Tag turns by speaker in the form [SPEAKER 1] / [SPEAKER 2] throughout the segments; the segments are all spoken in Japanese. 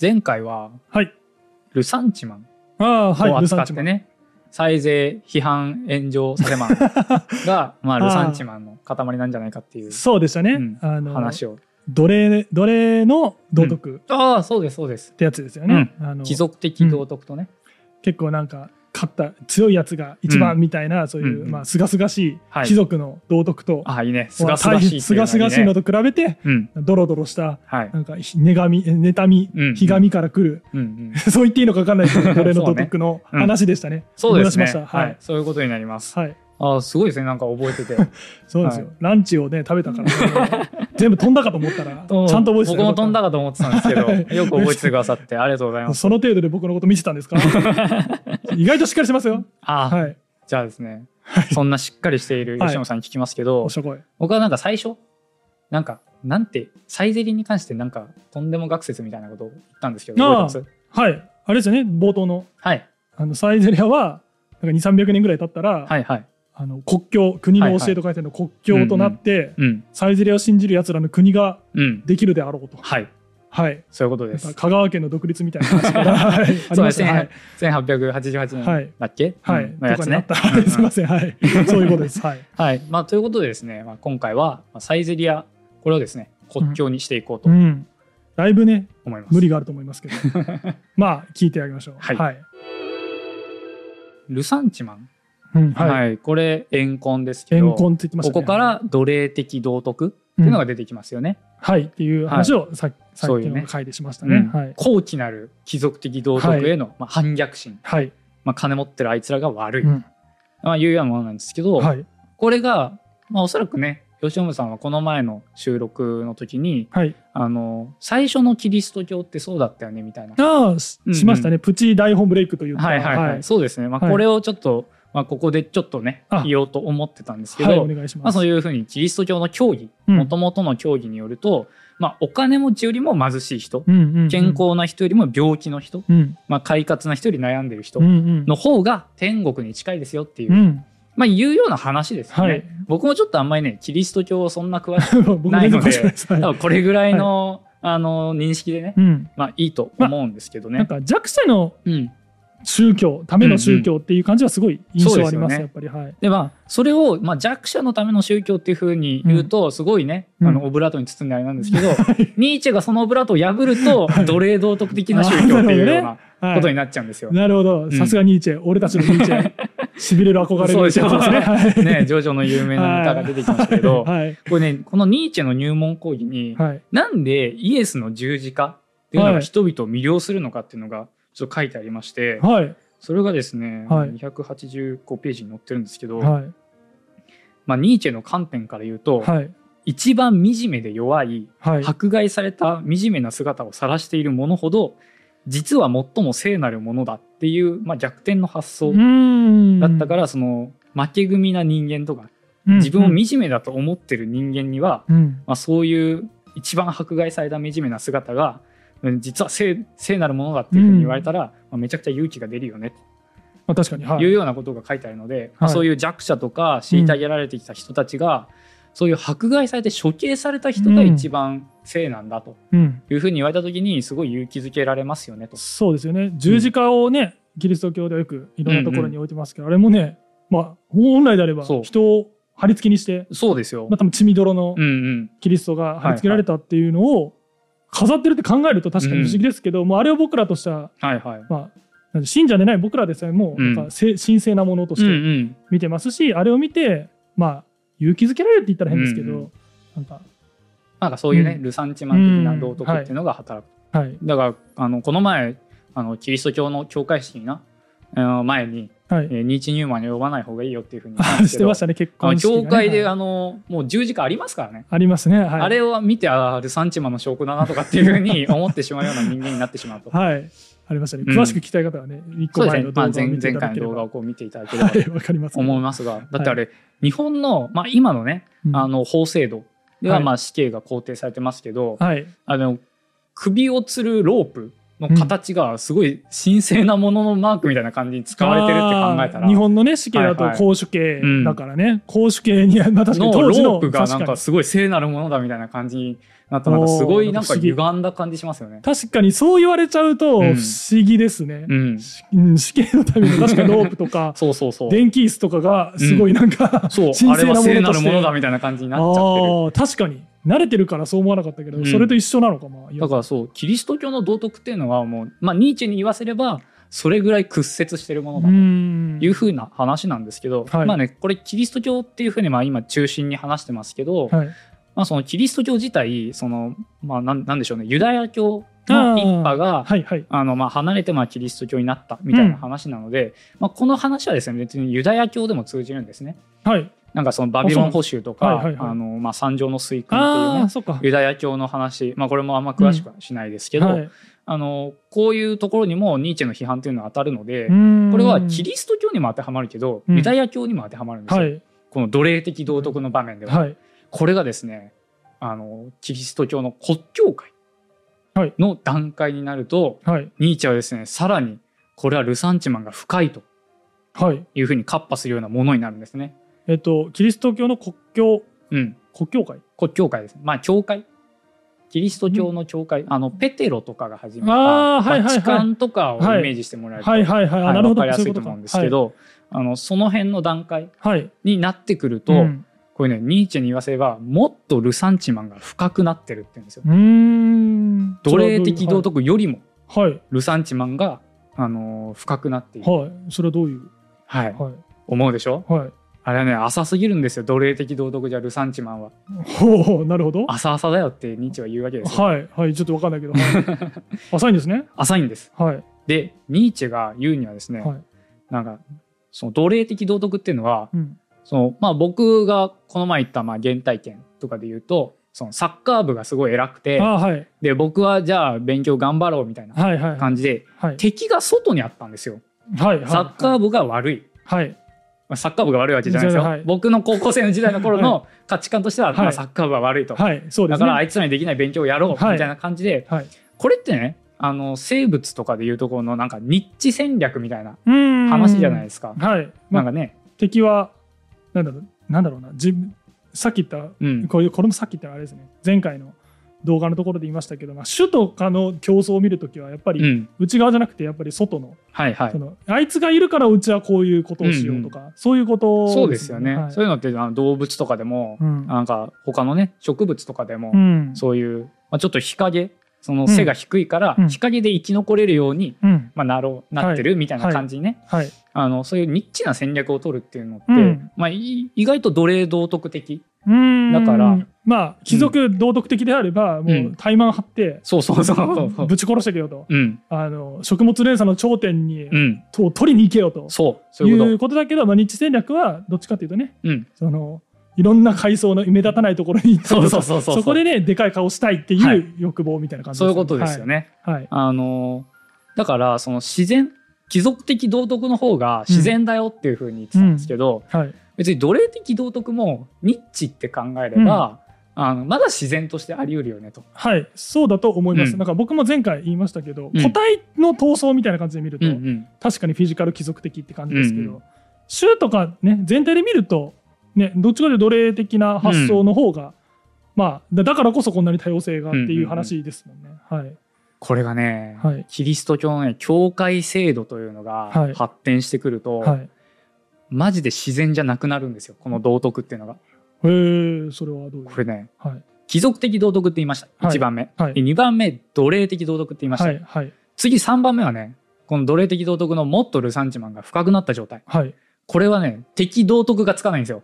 [SPEAKER 1] 前回は
[SPEAKER 2] はい。
[SPEAKER 1] ルサンチマン
[SPEAKER 2] ああ、はい。
[SPEAKER 1] を扱って
[SPEAKER 2] ルサンチマン
[SPEAKER 1] ね、再税批判炎上させマン が、まあ、ルサンチマンの塊なんじゃないかっていう
[SPEAKER 2] そうでしたね。
[SPEAKER 1] うん
[SPEAKER 2] あの、
[SPEAKER 1] 話を。
[SPEAKER 2] 奴隷、奴隷の道徳っ
[SPEAKER 1] ああ、そうです、そうです。
[SPEAKER 2] てやつですよね。あの
[SPEAKER 1] 貴族的道徳とね。
[SPEAKER 2] 結構なんか、勝った強いやつが一
[SPEAKER 1] う
[SPEAKER 2] 番
[SPEAKER 1] ん
[SPEAKER 2] みたいな、そういう、
[SPEAKER 1] うんうん
[SPEAKER 2] まあ、すがすがし
[SPEAKER 1] はい
[SPEAKER 2] い貴族の道徳と、
[SPEAKER 1] ああ、いいね。す
[SPEAKER 2] まあ
[SPEAKER 1] がすがしいって
[SPEAKER 2] す
[SPEAKER 1] いうのが
[SPEAKER 2] が
[SPEAKER 1] いいね。
[SPEAKER 2] すがしいのと比べて、
[SPEAKER 1] うん。
[SPEAKER 2] ドロドロした、
[SPEAKER 1] はい。
[SPEAKER 2] なんか、ひ妬み、え妬み
[SPEAKER 1] うん、
[SPEAKER 2] ひがみから来る、
[SPEAKER 1] うんうん。
[SPEAKER 2] そう言っていいのか分かんないですけど、奴隷の
[SPEAKER 1] そう
[SPEAKER 2] 道
[SPEAKER 1] ね
[SPEAKER 2] 徳の
[SPEAKER 1] うん
[SPEAKER 2] 話でしたね。
[SPEAKER 1] そうですね。
[SPEAKER 2] 思い出しました。
[SPEAKER 1] は
[SPEAKER 2] はいい。。
[SPEAKER 1] そういうことになります。
[SPEAKER 2] はい。
[SPEAKER 1] ああ、すごいですね。なんか覚え てて。
[SPEAKER 2] そうですよ、
[SPEAKER 1] は
[SPEAKER 2] ランチをね食べたから、 全部飛んだかと思ったらち
[SPEAKER 1] うん
[SPEAKER 2] ゃんと覚えてたよ
[SPEAKER 1] 僕も飛んだ
[SPEAKER 2] よ
[SPEAKER 1] かと思ってたんですけど、
[SPEAKER 2] はい
[SPEAKER 1] よく覚えててくださって、ありがとうござい
[SPEAKER 2] かっ
[SPEAKER 1] ま
[SPEAKER 2] た
[SPEAKER 1] す。
[SPEAKER 2] その程度で僕のこと見てた んですか意外としっかりしてますよ
[SPEAKER 1] ああ、
[SPEAKER 2] はい
[SPEAKER 1] じゃあですね、そんなしっかりしている吉野さんに聞きますけど、
[SPEAKER 2] おしょこい
[SPEAKER 1] 僕はなんか最初なんかなんてサイゼリに関してなんかとんでも学説みたいなことを言ったんですけど覚えて
[SPEAKER 2] ああ
[SPEAKER 1] ます
[SPEAKER 2] はいあれですよね冒頭の
[SPEAKER 1] はい
[SPEAKER 2] あのサイゼリアはなんか2300年ぐらい経ったら、
[SPEAKER 1] はいはい
[SPEAKER 2] あの国境国の教えと書いてあるの国境となって、
[SPEAKER 1] うん
[SPEAKER 2] サイゼリアを信じる奴らの国が
[SPEAKER 1] うん
[SPEAKER 2] できるであろうと
[SPEAKER 1] はい
[SPEAKER 2] はい
[SPEAKER 1] そういうこと
[SPEAKER 2] な
[SPEAKER 1] で
[SPEAKER 2] んか
[SPEAKER 1] す
[SPEAKER 2] 香川県の独立みたいな 話からはいあり
[SPEAKER 1] そう
[SPEAKER 2] ま
[SPEAKER 1] で
[SPEAKER 2] し
[SPEAKER 1] す
[SPEAKER 2] たはい
[SPEAKER 1] ね1888
[SPEAKER 2] はい
[SPEAKER 1] 年だっけ
[SPEAKER 2] は
[SPEAKER 1] う
[SPEAKER 2] い
[SPEAKER 1] ん、のや
[SPEAKER 2] とか
[SPEAKER 1] つ
[SPEAKER 2] になっ
[SPEAKER 1] ね
[SPEAKER 2] た、はいすいま
[SPEAKER 1] ん
[SPEAKER 2] せ んはいそういうことですはい
[SPEAKER 1] はいまあということでですねまあ今回はまあサイゼリアこれをですね国境にしていこうと
[SPEAKER 2] うん、だいぶね
[SPEAKER 1] 思います
[SPEAKER 2] 無理があると思い ますけどまあ聞いてあげましょう
[SPEAKER 1] はい
[SPEAKER 2] はい
[SPEAKER 1] ルサンチマン
[SPEAKER 2] うんはい
[SPEAKER 1] はいこれ怨恨ですけ
[SPEAKER 2] 怨
[SPEAKER 1] ど
[SPEAKER 2] 恨って言ってまし
[SPEAKER 1] こ
[SPEAKER 2] たね
[SPEAKER 1] こから奴隷的道徳っていうのが
[SPEAKER 2] うん
[SPEAKER 1] 出てきますよね
[SPEAKER 2] はいっていう話をさっきさっ
[SPEAKER 1] そうい
[SPEAKER 2] き
[SPEAKER 1] うね
[SPEAKER 2] の回でしました
[SPEAKER 1] う
[SPEAKER 2] ね
[SPEAKER 1] ん
[SPEAKER 2] はい
[SPEAKER 1] 高貴なる貴族的道徳への、まあ、反逆心、
[SPEAKER 2] はい
[SPEAKER 1] まあ、金持ってるあいつらが悪い、
[SPEAKER 2] うん
[SPEAKER 1] まあ、いうようなものなんですけど、
[SPEAKER 2] はい
[SPEAKER 1] これが、まあ、おそらくね吉野さんはこの前の収録の時に
[SPEAKER 2] はい
[SPEAKER 1] あの最初のキリスト教ってそうだったよねみたいな。
[SPEAKER 2] ああし
[SPEAKER 1] うんうん
[SPEAKER 2] しましたねプチ大本ブレイクというか
[SPEAKER 1] はいはいはい
[SPEAKER 2] はい
[SPEAKER 1] そうですね、まあ、
[SPEAKER 2] はい
[SPEAKER 1] これをちょっと、まあ、ここでちょっとね
[SPEAKER 2] あ
[SPEAKER 1] 言おうと思ってたんですけ
[SPEAKER 2] はい
[SPEAKER 1] ど、
[SPEAKER 2] お願いし
[SPEAKER 1] ま
[SPEAKER 2] ま
[SPEAKER 1] あ、
[SPEAKER 2] す
[SPEAKER 1] そういうふうにキリスト教の教義
[SPEAKER 2] うん
[SPEAKER 1] もともとの教義によると、まあ、お金持ちよりも貧しい人、
[SPEAKER 2] うんうんうん
[SPEAKER 1] 健康な人よりも病気の人、
[SPEAKER 2] うん
[SPEAKER 1] まあ、快活な人より悩んでる人、
[SPEAKER 2] うんうん
[SPEAKER 1] の方が天国に近いですよっていう、
[SPEAKER 2] うん
[SPEAKER 1] まあいうような話ですよね、
[SPEAKER 2] はい
[SPEAKER 1] 僕もちょっとあんまりねキリスト教をそんな詳しく
[SPEAKER 2] 僕
[SPEAKER 1] ないので
[SPEAKER 2] 全然詳しくないすはい
[SPEAKER 1] 多分これぐらいの、 あの認識でね、
[SPEAKER 2] うん
[SPEAKER 1] まあいいと思うんですけどね、
[SPEAKER 2] なんか弱者の
[SPEAKER 1] うん、
[SPEAKER 2] 宗教ための宗教っていう感じはすごい印象ありま
[SPEAKER 1] うん
[SPEAKER 2] す
[SPEAKER 1] う
[SPEAKER 2] や
[SPEAKER 1] ん
[SPEAKER 2] っぱりはい
[SPEAKER 1] でまあそれを、まあ、弱者のための宗教っていうふうに言うとすごいね、
[SPEAKER 2] うん
[SPEAKER 1] あのオブラートに包んであれなんですけど、ニーチェがそのオブラートを破ると、奴隷道徳的な宗教っていうような
[SPEAKER 2] はい
[SPEAKER 1] ことになっちゃうんですよ。
[SPEAKER 2] なるほど、
[SPEAKER 1] ん
[SPEAKER 2] さすがニーチェ、俺たちのニーチェ、 しびれる憧れ
[SPEAKER 1] そうで
[SPEAKER 2] のニー
[SPEAKER 1] し
[SPEAKER 2] チ
[SPEAKER 1] ょ
[SPEAKER 2] ェですね。はい
[SPEAKER 1] ねジョジョの有名な歌が出てきましたけど、
[SPEAKER 2] はい、
[SPEAKER 1] これねこのニーチェの入門講義に、
[SPEAKER 2] はい、
[SPEAKER 1] なんでイエスの十字架っていうの
[SPEAKER 2] は
[SPEAKER 1] が
[SPEAKER 2] い
[SPEAKER 1] 人々を魅了するのかっていうのがちょっと書いてありまして、
[SPEAKER 2] はい、
[SPEAKER 1] それがですね、
[SPEAKER 2] はい
[SPEAKER 1] 285ページに載ってるんですけど、
[SPEAKER 2] はい、
[SPEAKER 1] まあ、ニーチェの観点から言うと、
[SPEAKER 2] はい、
[SPEAKER 1] 一番惨めで弱い
[SPEAKER 2] はい、、
[SPEAKER 1] 迫害された惨めな姿を晒しているものほど実は最も聖なるものだっていう、まあ、逆転の発想だったからら、その負け組な人間とか
[SPEAKER 2] うん
[SPEAKER 1] 自分を、惨めだと思ってる人間には、
[SPEAKER 2] うん、
[SPEAKER 1] まあ、そういう一番迫害された惨めな姿がうん実は聖聖なるものだっていうふうに言われたら、まあ、めちゃくちゃ勇気が出るよね
[SPEAKER 2] まあ、確かに、は
[SPEAKER 1] という
[SPEAKER 2] い、
[SPEAKER 1] ようなことが書いてあるので、まあ、
[SPEAKER 2] はい
[SPEAKER 1] そういう弱者とか虐げられてきた人たちが、そういう迫害されて処刑された人が一番聖なんだと
[SPEAKER 2] うん、
[SPEAKER 1] いうふうに言われた時にすごい勇気づけられますよねと。
[SPEAKER 2] そうですよね。十字架をね、キリスト教ではよくいろんなところに置いてますけど、あれもね、まあ本来であれば
[SPEAKER 1] そう
[SPEAKER 2] 人を貼り付けにして、
[SPEAKER 1] そうですよ、
[SPEAKER 2] まあ多分血みどろの
[SPEAKER 1] うんうん、
[SPEAKER 2] キリストが貼り付けられたっていうのを飾ってるって考えると確かに不思議ですけど、もうあれを僕らとしては
[SPEAKER 1] はいはい。
[SPEAKER 2] まあ、なんで信者でない僕らでさえも
[SPEAKER 1] うん
[SPEAKER 2] なんかせ神聖なものと
[SPEAKER 1] うんう
[SPEAKER 2] して
[SPEAKER 1] ん、
[SPEAKER 2] 見てますし、あれを見て、まあ、勇気づけられるって言ったら変ですけど、
[SPEAKER 1] うんうん
[SPEAKER 2] なんか、
[SPEAKER 1] なんかそういうね、
[SPEAKER 2] うん
[SPEAKER 1] ルサンチマン的な道徳っていうのが働く。
[SPEAKER 2] はい、
[SPEAKER 1] だからあのこの前あのキリスト教の教会式なあの前に、
[SPEAKER 2] は
[SPEAKER 1] え
[SPEAKER 2] い、
[SPEAKER 1] ーニーチェ入門に呼ばない方がいいよっていうふうに言ったん
[SPEAKER 2] あ
[SPEAKER 1] で
[SPEAKER 2] し
[SPEAKER 1] す
[SPEAKER 2] て
[SPEAKER 1] け
[SPEAKER 2] ま
[SPEAKER 1] ど
[SPEAKER 2] したね、結
[SPEAKER 1] あの
[SPEAKER 2] 婚式がね、
[SPEAKER 1] 教会で
[SPEAKER 2] はい
[SPEAKER 1] あのもう十字架ありますからね、
[SPEAKER 2] ありますね、はい、
[SPEAKER 1] あれを見てああルサンチマンの証拠だなとかっていうふう に思ってしまうような人間になってしまうと。
[SPEAKER 2] はい、ありましたね、
[SPEAKER 1] うん
[SPEAKER 2] 詳しく聞きたい方はね、一
[SPEAKER 1] そ
[SPEAKER 2] 個
[SPEAKER 1] うです
[SPEAKER 2] 前
[SPEAKER 1] ね
[SPEAKER 2] の、動
[SPEAKER 1] ま
[SPEAKER 2] 画
[SPEAKER 1] あ、前
[SPEAKER 2] を見てい
[SPEAKER 1] 前
[SPEAKER 2] た
[SPEAKER 1] 回
[SPEAKER 2] だ
[SPEAKER 1] の
[SPEAKER 2] けれ
[SPEAKER 1] 動
[SPEAKER 2] ば、
[SPEAKER 1] 画をこう見ていただければ
[SPEAKER 2] は
[SPEAKER 1] と
[SPEAKER 2] い、わかります、
[SPEAKER 1] 思い
[SPEAKER 2] ま
[SPEAKER 1] ますがだってあれ、日本の、まあ、今のね
[SPEAKER 2] す
[SPEAKER 1] あの法制度では
[SPEAKER 2] はい
[SPEAKER 1] まあ死刑が肯定されてますけど、
[SPEAKER 2] はい、
[SPEAKER 1] あの首を吊るロープの形がすごい神聖なもののマークみたいな感じに使われてるって考えた
[SPEAKER 2] あー
[SPEAKER 1] ら
[SPEAKER 2] 日本のね死刑だと
[SPEAKER 1] はいはい
[SPEAKER 2] 公主刑だからね公主刑にはまあ確かに
[SPEAKER 1] の
[SPEAKER 2] 当
[SPEAKER 1] ロ
[SPEAKER 2] 時の
[SPEAKER 1] ープがなん
[SPEAKER 2] 確か
[SPEAKER 1] か
[SPEAKER 2] に
[SPEAKER 1] すごい聖なるものだみたいな感じになったなんかすごいなんか歪んだ感じしますよね。
[SPEAKER 2] 確かにそう言われちゃうと不
[SPEAKER 1] う
[SPEAKER 2] 思
[SPEAKER 1] ん
[SPEAKER 2] 議ですね
[SPEAKER 1] う、ん、
[SPEAKER 2] しうん死刑のための確かにロープとか
[SPEAKER 1] そうそうそう。
[SPEAKER 2] 電気椅子とかがすごいなんか、
[SPEAKER 1] そう
[SPEAKER 2] 神
[SPEAKER 1] あれ
[SPEAKER 2] 聖
[SPEAKER 1] は
[SPEAKER 2] なものとして
[SPEAKER 1] 聖なるものだみたいな感じになっちゃってる。
[SPEAKER 2] あー確かに慣れてるからそう思わなかったけど、
[SPEAKER 1] うん
[SPEAKER 2] それと一緒なのかも
[SPEAKER 1] だからそうキリスト教の道徳っていうのはもう、まあ、ニーチェに言わせればそれぐらい屈折してるものだ
[SPEAKER 2] う
[SPEAKER 1] と
[SPEAKER 2] ん
[SPEAKER 1] いうふうな話なんですけど、
[SPEAKER 2] はい
[SPEAKER 1] まあねこれキリスト教っていうふうにまあ今中心に話してますけど、
[SPEAKER 2] はい、
[SPEAKER 1] まあ、そのキリスト教自体その、まあ、なんなんでしょうねユダヤ教の一派が
[SPEAKER 2] はいはい
[SPEAKER 1] あのまあ離れてまあキリスト教になったみたいな話なので、まあ、この話はですね別にユダヤ教でも通じるんですね。
[SPEAKER 2] はい
[SPEAKER 1] なんかそのバビロン捕囚と
[SPEAKER 2] あ
[SPEAKER 1] か
[SPEAKER 2] そうなんですはいはいはい
[SPEAKER 1] あのまあ三条の水訓っていう
[SPEAKER 2] ああ
[SPEAKER 1] ね
[SPEAKER 2] そっか
[SPEAKER 1] ユダヤ教の話、まあ、これもあんま詳しくはしないですけど、
[SPEAKER 2] はい
[SPEAKER 1] あのこういうところにもニーチェの批判というのは当たるので、
[SPEAKER 2] うん
[SPEAKER 1] これはキリスト教にも当てはまるけど、
[SPEAKER 2] うん
[SPEAKER 1] ユダヤ教にも当てはまるんですよ、
[SPEAKER 2] はい
[SPEAKER 1] この奴隷的道徳の場面では。
[SPEAKER 2] はい
[SPEAKER 1] これがですねあのキリスト教の国教会
[SPEAKER 2] はい
[SPEAKER 1] の段階になると、
[SPEAKER 2] はい
[SPEAKER 1] ニーチェはですねさらにこれはルサンチマンが深いと
[SPEAKER 2] はい
[SPEAKER 1] いうふうにカッパするようなものになるんですね。
[SPEAKER 2] えっとキリスト教の国教
[SPEAKER 1] うん、
[SPEAKER 2] 国教会
[SPEAKER 1] 国教会です。まあ教会キリスト教の教会、あのペテロとかが始めた
[SPEAKER 2] あーはいはいはい
[SPEAKER 1] バチカンとかをイ
[SPEAKER 2] はい
[SPEAKER 1] メージしてもらえると、
[SPEAKER 2] はいはいはい、あ
[SPEAKER 1] はい
[SPEAKER 2] なるほ
[SPEAKER 1] わ
[SPEAKER 2] ど
[SPEAKER 1] かりや
[SPEAKER 2] そ
[SPEAKER 1] す
[SPEAKER 2] うい
[SPEAKER 1] いうと
[SPEAKER 2] ことか
[SPEAKER 1] 思うんですけどあのその辺の段階
[SPEAKER 2] はい、はい
[SPEAKER 1] になってくると、
[SPEAKER 2] うん
[SPEAKER 1] これねニーチェに言わせればもっとルサンチマンが深くなってるって言うんですよ。
[SPEAKER 2] うーん
[SPEAKER 1] 奴隷的道徳よりも
[SPEAKER 2] はい
[SPEAKER 1] ルサンチマンが、あのー深くなっている、
[SPEAKER 2] はいそれはどういう
[SPEAKER 1] はい、
[SPEAKER 2] は
[SPEAKER 1] 思うでしょ
[SPEAKER 2] いはい
[SPEAKER 1] あれはね浅すぎるんですよ奴隷的道徳じゃルサンチマンは
[SPEAKER 2] ほうほうなるほどは
[SPEAKER 1] 浅々だよってニーチェは言うわけですよ
[SPEAKER 2] いはいちょっとわかんないけ ど、はい、浅いんですね
[SPEAKER 1] 浅いんです
[SPEAKER 2] はい
[SPEAKER 1] でニーチェが言うにはですね、
[SPEAKER 2] はい
[SPEAKER 1] なんかその奴隷的道徳っていうのは
[SPEAKER 2] うん
[SPEAKER 1] その、まあ、僕がこの前言ったまあ原体験とかで言うとそのサッカー部がすごい偉くて
[SPEAKER 2] あはい
[SPEAKER 1] で僕はじゃあ勉強頑張ろうみたいな
[SPEAKER 2] はいはいはい
[SPEAKER 1] 感じで
[SPEAKER 2] はい
[SPEAKER 1] 敵が外にあったんですよ
[SPEAKER 2] はい
[SPEAKER 1] サッカー
[SPEAKER 2] ー
[SPEAKER 1] 部が悪い
[SPEAKER 2] はい
[SPEAKER 1] まあサッカー部が悪いわけじゃないですよ、
[SPEAKER 2] じゃあはい
[SPEAKER 1] 僕の高校生の時代の頃の価値観としては、
[SPEAKER 2] はい
[SPEAKER 1] まあサッカー部は悪いと、
[SPEAKER 2] はいそうで
[SPEAKER 1] だ
[SPEAKER 2] す
[SPEAKER 1] か
[SPEAKER 2] ね
[SPEAKER 1] らあいつらにできない勉強をやろうみ
[SPEAKER 2] はい
[SPEAKER 1] たいな感じで、
[SPEAKER 2] はい
[SPEAKER 1] これってねあの生物とかでいうところのなんかニッチ戦略みたいな
[SPEAKER 2] うーん
[SPEAKER 1] 話じゃないですか、
[SPEAKER 2] はい
[SPEAKER 1] な
[SPEAKER 2] ま
[SPEAKER 1] ん
[SPEAKER 2] あ
[SPEAKER 1] かね、
[SPEAKER 2] 敵はなんだろうなんだろうな自分さっき言っ
[SPEAKER 1] うん
[SPEAKER 2] たこれこれもさっき言ったあれですね前回の動画のところで言いましたけど、まあ、種とかの競争を見るときはやっぱ
[SPEAKER 1] う
[SPEAKER 2] り
[SPEAKER 1] ん、
[SPEAKER 2] 内側じゃなくてやっぱり外の
[SPEAKER 1] はいはい
[SPEAKER 2] そのあいつがいるからうちはこういうことをしようとか、そういうこと
[SPEAKER 1] そうですよね、
[SPEAKER 2] はい
[SPEAKER 1] そういうのってあの動物とかでも、
[SPEAKER 2] うん
[SPEAKER 1] なんか他のね植物とかでも、
[SPEAKER 2] うん
[SPEAKER 1] そういう、まあ、ちょっと日陰その背が低いから、
[SPEAKER 2] うん
[SPEAKER 1] 日陰で生き残れるように、
[SPEAKER 2] うん
[SPEAKER 1] まあ、なろうなってるみたいな感じにね、
[SPEAKER 2] はい
[SPEAKER 1] あのそういうニッチな戦略を取るっていうのって、
[SPEAKER 2] うん
[SPEAKER 1] まあ、い意外と奴隷道徳的
[SPEAKER 2] だ
[SPEAKER 1] だから
[SPEAKER 2] まあ貴族道徳的であればもう怠慢張って
[SPEAKER 1] そうそうそうそうそう
[SPEAKER 2] ぶち殺してけよと
[SPEAKER 1] うん
[SPEAKER 2] あの食物連鎖の頂点に
[SPEAKER 1] うん
[SPEAKER 2] と取りに行けよと
[SPEAKER 1] そうそう
[SPEAKER 2] い
[SPEAKER 1] いうこと
[SPEAKER 2] うことだけどまあ日戦略はどっちかというとね
[SPEAKER 1] うん
[SPEAKER 2] そのいろんな階層の目立たないところに行って
[SPEAKER 1] そうそうそうそう
[SPEAKER 2] そこでねでかい顔したいってい
[SPEAKER 1] は
[SPEAKER 2] う
[SPEAKER 1] い
[SPEAKER 2] 欲望みたいな感じ
[SPEAKER 1] そういうことですよ
[SPEAKER 2] ね
[SPEAKER 1] ね、
[SPEAKER 2] はいはい
[SPEAKER 1] あのだからその自然貴族的道徳の方が自然だよっていうふうに言ってたんですけど、
[SPEAKER 2] はい
[SPEAKER 1] 別に奴隷的道徳もニッチって考えれば、あのまだ自然としてあり得るよねと。
[SPEAKER 2] はいそうだと思います
[SPEAKER 1] うん
[SPEAKER 2] なんか僕も前回言いましたけど
[SPEAKER 1] うん
[SPEAKER 2] 個体の闘争みたいな感じで見ると確かにフィジカル貴族的って感じですけど、
[SPEAKER 1] うんう
[SPEAKER 2] 州とかね全体で見ると、ね、どっちかというと奴隷的な発想の方が、まあだだからこそこんなに多様性がっていう話ですもんね。はい
[SPEAKER 1] これがね、
[SPEAKER 2] はい
[SPEAKER 1] キリスト教のね教会制度というの
[SPEAKER 2] はい
[SPEAKER 1] が発展してくると、
[SPEAKER 2] はい。
[SPEAKER 1] マジで自然じゃなくなるんですよこの道徳っていうのが。
[SPEAKER 2] へえそれはどういう
[SPEAKER 1] これね
[SPEAKER 2] はい
[SPEAKER 1] 貴族的道徳って言いました、
[SPEAKER 2] はい
[SPEAKER 1] 1番目、
[SPEAKER 2] はい
[SPEAKER 1] で2番目奴隷的道徳って言いました、
[SPEAKER 2] はいはい
[SPEAKER 1] 次3番目はねこの奴隷的道徳のもっとルサンチマンが深くなった状態
[SPEAKER 2] はい
[SPEAKER 1] これはね敵道徳がつかないんですよ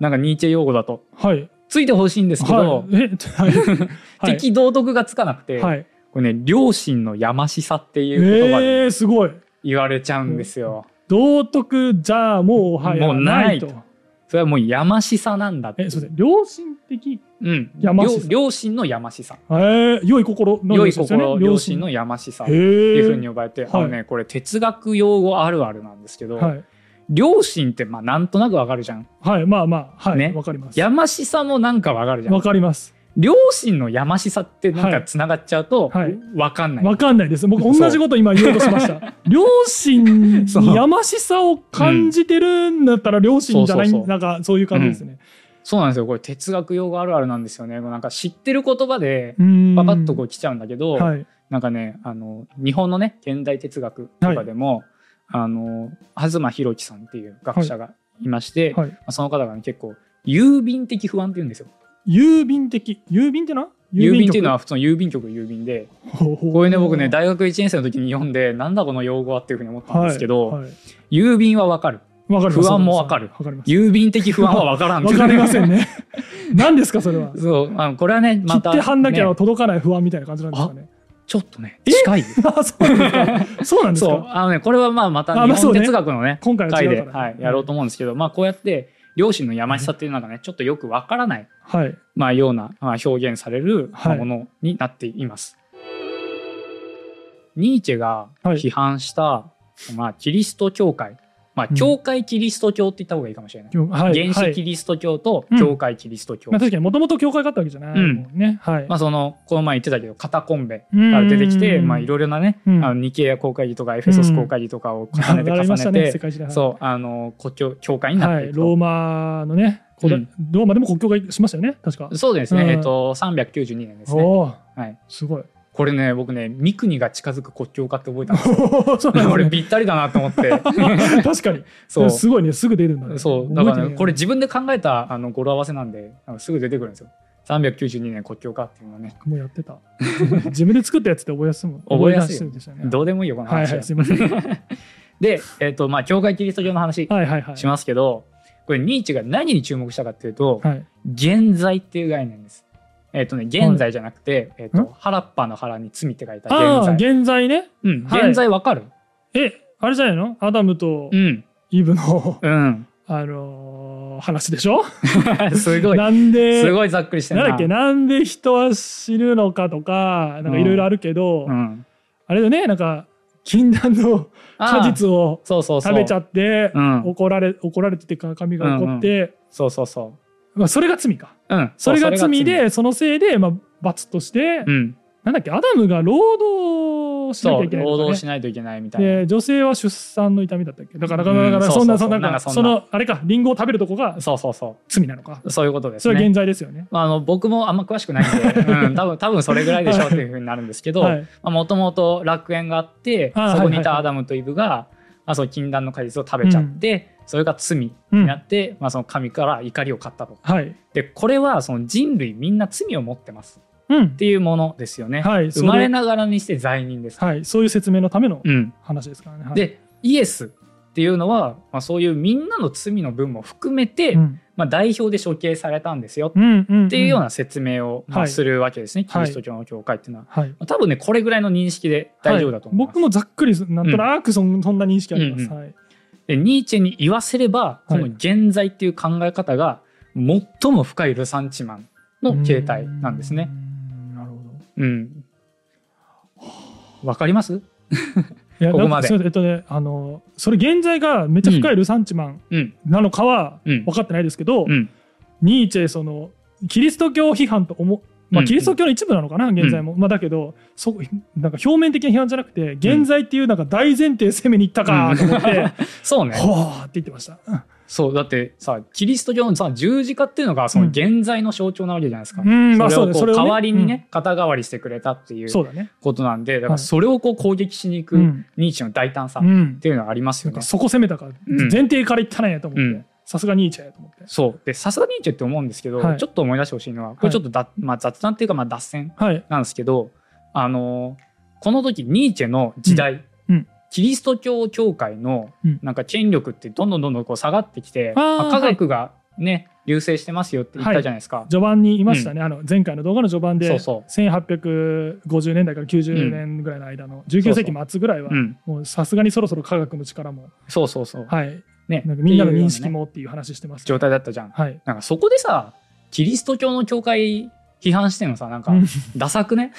[SPEAKER 1] なんかニーチェ用語だと
[SPEAKER 2] はい
[SPEAKER 1] ついてほしいんですけど、
[SPEAKER 2] はいえ はいはい
[SPEAKER 1] 敵道徳がつかなくて、
[SPEAKER 2] はい
[SPEAKER 1] これね良心のやましさって
[SPEAKER 2] え
[SPEAKER 1] いう言葉で
[SPEAKER 2] えすごい
[SPEAKER 1] 言われちゃうんですよ、
[SPEAKER 2] 道徳じゃあもうはや
[SPEAKER 1] もうない
[SPEAKER 2] と
[SPEAKER 1] とそれはもうやましさなんだって
[SPEAKER 2] えすいません良心的
[SPEAKER 1] うん
[SPEAKER 2] やましさ
[SPEAKER 1] 良良心のやましさ
[SPEAKER 2] えー、良い心の
[SPEAKER 1] 良い
[SPEAKER 2] 良心ですよね
[SPEAKER 1] 心良心のやましさ
[SPEAKER 2] へえ
[SPEAKER 1] っていうふうに呼ばれて、
[SPEAKER 2] はい
[SPEAKER 1] あのねこれ哲学用語あるあるなんですけど、
[SPEAKER 2] はい
[SPEAKER 1] 良心ってまあなんとなくわかるじゃん
[SPEAKER 2] はいまあまあはいわ、
[SPEAKER 1] ね
[SPEAKER 2] かります
[SPEAKER 1] やましさもなんかわかるじゃん
[SPEAKER 2] わかります。
[SPEAKER 1] 両親のやましさってなんかつながっちゃうと
[SPEAKER 2] はい
[SPEAKER 1] 分かんない、
[SPEAKER 2] わかんないです僕同じこと今言おうとしました両親にやましさを感じてるんだったら両親じゃない、
[SPEAKER 1] そうそうそう
[SPEAKER 2] なんかそういう感じですね、
[SPEAKER 1] そうなんですよこれ哲学用語あるあるなんですよねなんか知ってる言葉で
[SPEAKER 2] うん
[SPEAKER 1] パパッとこう来ちゃうんだけど、
[SPEAKER 2] はい
[SPEAKER 1] なんかねあの日本のね現代哲学とかでも、あの東博樹さんっていう学者がいまして、
[SPEAKER 2] はい
[SPEAKER 1] まあその方が、ね、結構郵便的不安って言うんですよ
[SPEAKER 2] 郵便的郵便ってな
[SPEAKER 1] 郵便っていうの
[SPEAKER 2] は
[SPEAKER 1] は普通の郵便局の郵便でこれね僕ね大学1年生の時に読んでなんだこの用語はっていうふうに思ったんですけど、
[SPEAKER 2] はいはい
[SPEAKER 1] 郵便はわかる
[SPEAKER 2] わかります
[SPEAKER 1] 不安もわかる
[SPEAKER 2] わかります
[SPEAKER 1] 郵便的不安はわからん
[SPEAKER 2] わかりませ
[SPEAKER 1] ね
[SPEAKER 2] ん ね何ですかそれは
[SPEAKER 1] そうあのこれはね
[SPEAKER 2] 切
[SPEAKER 1] ま、
[SPEAKER 2] ったてはんなきゃ
[SPEAKER 1] ね
[SPEAKER 2] 届かない不安みたいな感じなんですかね
[SPEAKER 1] ちょっとね近いよ
[SPEAKER 2] あそうなんですかそうなんです
[SPEAKER 1] そう
[SPEAKER 2] か
[SPEAKER 1] あのねこれはまあまた
[SPEAKER 2] あまあ
[SPEAKER 1] 日
[SPEAKER 2] そ
[SPEAKER 1] 本
[SPEAKER 2] うね
[SPEAKER 1] 哲学のね
[SPEAKER 2] 今回は
[SPEAKER 1] 回
[SPEAKER 2] 違
[SPEAKER 1] で、
[SPEAKER 2] うから
[SPEAKER 1] は
[SPEAKER 2] ね
[SPEAKER 1] い、やろうと思うんですけど、まあこうやって両親のやましさっていうのがねちょっとよくわからない、
[SPEAKER 2] はい
[SPEAKER 1] まあ、ような、まあ、表現されるま
[SPEAKER 2] は
[SPEAKER 1] あ
[SPEAKER 2] い
[SPEAKER 1] ものになっています。ニーチェが
[SPEAKER 2] はい
[SPEAKER 1] 批判した、まあ、キリスト教会、まあ、
[SPEAKER 2] うん
[SPEAKER 1] 教会キリスト教って言った方がいいかもしれない。
[SPEAKER 2] 原
[SPEAKER 1] 原始キリスト教と
[SPEAKER 2] うん
[SPEAKER 1] 教会キリスト教、
[SPEAKER 2] まあ、確かにもともと教会があったわけじゃないもんね、はい、
[SPEAKER 1] まあ、そのこの前言ってたけどカタコンベ
[SPEAKER 2] うん
[SPEAKER 1] から出てきてまあいろいろなね、
[SPEAKER 2] うん
[SPEAKER 1] あのニケイア公会議とかエフェソス公会議とかを重ねて
[SPEAKER 2] あ
[SPEAKER 1] 重
[SPEAKER 2] りました
[SPEAKER 1] ね
[SPEAKER 2] ね
[SPEAKER 1] て
[SPEAKER 2] 世、界史ではい
[SPEAKER 1] そうあの国教教会になっ
[SPEAKER 2] は
[SPEAKER 1] てい
[SPEAKER 2] い、
[SPEAKER 1] く
[SPEAKER 2] ロ
[SPEAKER 1] と、
[SPEAKER 2] ーマのね、こだ
[SPEAKER 1] うん
[SPEAKER 2] ローマでも国境がしましたよね確か、
[SPEAKER 1] そうですね、
[SPEAKER 2] うん
[SPEAKER 1] えっと392年ですね、
[SPEAKER 2] おお
[SPEAKER 1] はい、
[SPEAKER 2] すごい
[SPEAKER 1] これね僕ね三国が近づく国境化って覚えたんです
[SPEAKER 2] そうなん
[SPEAKER 1] よ
[SPEAKER 2] で
[SPEAKER 1] 俺
[SPEAKER 2] すね
[SPEAKER 1] ぴったりだなと思って
[SPEAKER 2] 確かに
[SPEAKER 1] そう
[SPEAKER 2] すごいねすぐ出るんだね
[SPEAKER 1] そうだか
[SPEAKER 2] 覚え
[SPEAKER 1] ら、
[SPEAKER 2] て
[SPEAKER 1] ね、
[SPEAKER 2] る
[SPEAKER 1] これ自分で考えたあの語呂合わせなんであのすぐ出てくるんですよ392年国境化っていうのはね
[SPEAKER 2] もうやってた 自分で作ったやつって覚えやすいもん
[SPEAKER 1] 覚えやすい
[SPEAKER 2] 覚出してるんでしたね
[SPEAKER 1] どうでもいいよこの
[SPEAKER 2] はい
[SPEAKER 1] 話は、
[SPEAKER 2] はいすいませんは
[SPEAKER 1] でえっ、とまあ教会キリスト教の話
[SPEAKER 2] いはいはい
[SPEAKER 1] しますけど、これニーチェが何に注目したかっていうと、
[SPEAKER 2] はい
[SPEAKER 1] 現在っていう概念です。えっ、とね現在じゃなくて、えっ、
[SPEAKER 2] ん
[SPEAKER 1] と原っぱの原に罪って書いた
[SPEAKER 2] あ
[SPEAKER 1] 現在。
[SPEAKER 2] あ現在ね
[SPEAKER 1] うん、
[SPEAKER 2] はい
[SPEAKER 1] 現在わかる、
[SPEAKER 2] えあれじゃないのアダムと
[SPEAKER 1] うん
[SPEAKER 2] イブの
[SPEAKER 1] うん。
[SPEAKER 2] あのー話でしょ
[SPEAKER 1] すごい。
[SPEAKER 2] なんです
[SPEAKER 1] ごいざっくりしてる
[SPEAKER 2] な
[SPEAKER 1] な。
[SPEAKER 2] んだっけなんで人は死ぬのかとかなんかいろいろあるけど、
[SPEAKER 1] うん。
[SPEAKER 2] あれだねなんか禁断の
[SPEAKER 1] ああ
[SPEAKER 2] 果実を
[SPEAKER 1] そうそうそう。
[SPEAKER 2] 食べちゃって
[SPEAKER 1] うん
[SPEAKER 2] 怒られ怒られててか神が怒って、
[SPEAKER 1] そうそうそ
[SPEAKER 2] まあ、それが罪か
[SPEAKER 1] う。うん。
[SPEAKER 2] そうれが罪。でそのせいで、まあ、罰として、
[SPEAKER 1] そうん。
[SPEAKER 2] なんだっけアダムが労働しな
[SPEAKER 1] そ
[SPEAKER 2] きゃ
[SPEAKER 1] う。
[SPEAKER 2] いけない
[SPEAKER 1] 労
[SPEAKER 2] とかね
[SPEAKER 1] 働しないといけないみたいな。
[SPEAKER 2] で女性は出産の痛みだったっけだからだから
[SPEAKER 1] うん
[SPEAKER 2] だから
[SPEAKER 1] そ
[SPEAKER 2] そ
[SPEAKER 1] うんそうそう
[SPEAKER 2] なそん
[SPEAKER 1] な
[SPEAKER 2] な
[SPEAKER 1] ん
[SPEAKER 2] な
[SPEAKER 1] か
[SPEAKER 2] ん
[SPEAKER 1] そ
[SPEAKER 2] か
[SPEAKER 1] んな
[SPEAKER 2] そのあれかリンゴを食べるとこが
[SPEAKER 1] そうそうそ
[SPEAKER 2] 罪なのか
[SPEAKER 1] う。そういうことです
[SPEAKER 2] それは
[SPEAKER 1] ね。
[SPEAKER 2] 現在ですよね。
[SPEAKER 1] まあ、あの僕もあんま詳しくないん で、うん、多分多分それぐらいでしょうっていうふうになるんですけど、
[SPEAKER 2] はい、
[SPEAKER 1] もともと楽園があって
[SPEAKER 2] あー
[SPEAKER 1] そこにい
[SPEAKER 2] はいはいは
[SPEAKER 1] た
[SPEAKER 2] い
[SPEAKER 1] アダムとイブが、まあ、その禁断の果実を食べちゃって、それが罪に
[SPEAKER 2] うん
[SPEAKER 1] なって、まあ、その神から怒りを買ったと。
[SPEAKER 2] はい、
[SPEAKER 1] でこれはその人類みんな罪を持ってます
[SPEAKER 2] うん
[SPEAKER 1] っていうものですよね。
[SPEAKER 2] はい、そ
[SPEAKER 1] 生
[SPEAKER 2] れ
[SPEAKER 1] まれながらにして罪人です。
[SPEAKER 2] はい、そういう説明のための
[SPEAKER 1] うん、
[SPEAKER 2] 話ですからね。はい、
[SPEAKER 1] でイエスっていうのは、まあ、そういうみんなの罪の分も含めて、
[SPEAKER 2] うん、
[SPEAKER 1] まあ、代表で処刑されたんですよ
[SPEAKER 2] うんうん、
[SPEAKER 1] っていうような説明を、ま
[SPEAKER 2] は
[SPEAKER 1] あ、
[SPEAKER 2] い
[SPEAKER 1] するわけですね、
[SPEAKER 2] はい
[SPEAKER 1] キリスト教の教会っていうのは。
[SPEAKER 2] はい、
[SPEAKER 1] まあ多分ねこれぐらいの認識で大丈夫だと思います。
[SPEAKER 2] 僕もざっくりなんとなくそんそんな認識あります。
[SPEAKER 1] うん
[SPEAKER 2] はい、
[SPEAKER 1] でニーチェに言わせればこの現在っていう考え方が最も深いルサンチマンの形態なんですね。
[SPEAKER 2] うーん。なるほど。
[SPEAKER 1] うん。わかります？
[SPEAKER 2] いや
[SPEAKER 1] ここまで
[SPEAKER 2] だからそうえっとね、あのそれ現在がめっちゃ深いルサンチマン
[SPEAKER 1] うん
[SPEAKER 2] なのかは
[SPEAKER 1] うん
[SPEAKER 2] 分かってないですけど、
[SPEAKER 1] うん
[SPEAKER 2] ニーチェそのキリスト教批判と思うま
[SPEAKER 1] う
[SPEAKER 2] あ、
[SPEAKER 1] ん
[SPEAKER 2] キリスト教の一部なのかな、現在も、まあ、だけどそなんか表面的な批判じゃなくて現在っていうなんか大前提攻めに行ったかと思 って、
[SPEAKER 1] そうね。
[SPEAKER 2] ほーって言ってました。
[SPEAKER 1] そうだってさキリスト教のさ十字架っていうのがその
[SPEAKER 2] うん
[SPEAKER 1] 現在の象徴なわけじゃないですか。
[SPEAKER 2] うんまあ
[SPEAKER 1] それをこ
[SPEAKER 2] そううねそれをね
[SPEAKER 1] 代わりにね肩代わりしてくれたっていう
[SPEAKER 2] そうだね。
[SPEAKER 1] ことなんでだから
[SPEAKER 2] はい
[SPEAKER 1] それをこう攻撃しに行
[SPEAKER 2] う
[SPEAKER 1] く
[SPEAKER 2] ん。
[SPEAKER 1] ニーチェの大胆さ
[SPEAKER 2] う
[SPEAKER 1] っ
[SPEAKER 2] ん。
[SPEAKER 1] ていうのはあります
[SPEAKER 2] な
[SPEAKER 1] よ
[SPEAKER 2] ん
[SPEAKER 1] ね
[SPEAKER 2] か。そこ攻めたから
[SPEAKER 1] うん
[SPEAKER 2] 前提から言ったねと思
[SPEAKER 1] う
[SPEAKER 2] っ
[SPEAKER 1] ん
[SPEAKER 2] て。さすがニーチェやと思って。
[SPEAKER 1] そうでさすがニーチェって思うんですけど、
[SPEAKER 2] はい
[SPEAKER 1] ちょっと思い出してほしいのはこれちょっとだ、まあ、雑談っていうかまあ脱線
[SPEAKER 2] はい。
[SPEAKER 1] なんですけど、あのーこの時ニーチェの時代、
[SPEAKER 2] うんうん
[SPEAKER 1] キリスト教教会の
[SPEAKER 2] うん
[SPEAKER 1] なんか権力ってどんどんどんどんこう下がってきて、
[SPEAKER 2] あー
[SPEAKER 1] まあ科学がね、優勢してますよって言ったじゃないですか。
[SPEAKER 2] 序盤にいましたね。あの前回の動画の序盤で
[SPEAKER 1] そうそう
[SPEAKER 2] 1850年代から90年ぐらいの間の19世紀末ぐらいは
[SPEAKER 1] うん、
[SPEAKER 2] もうさすがにそろそろ科学の力も
[SPEAKER 1] そうそうそう、
[SPEAKER 2] はい
[SPEAKER 1] ね
[SPEAKER 2] なんかみんなの認
[SPEAKER 1] って
[SPEAKER 2] 識
[SPEAKER 1] いうようなね
[SPEAKER 2] もっていう話してますけど。
[SPEAKER 1] 状態だったじゃん。
[SPEAKER 2] はい。
[SPEAKER 1] なんかそこでさキリスト教の教会批判してんのさなんか
[SPEAKER 2] うん
[SPEAKER 1] ダサくね。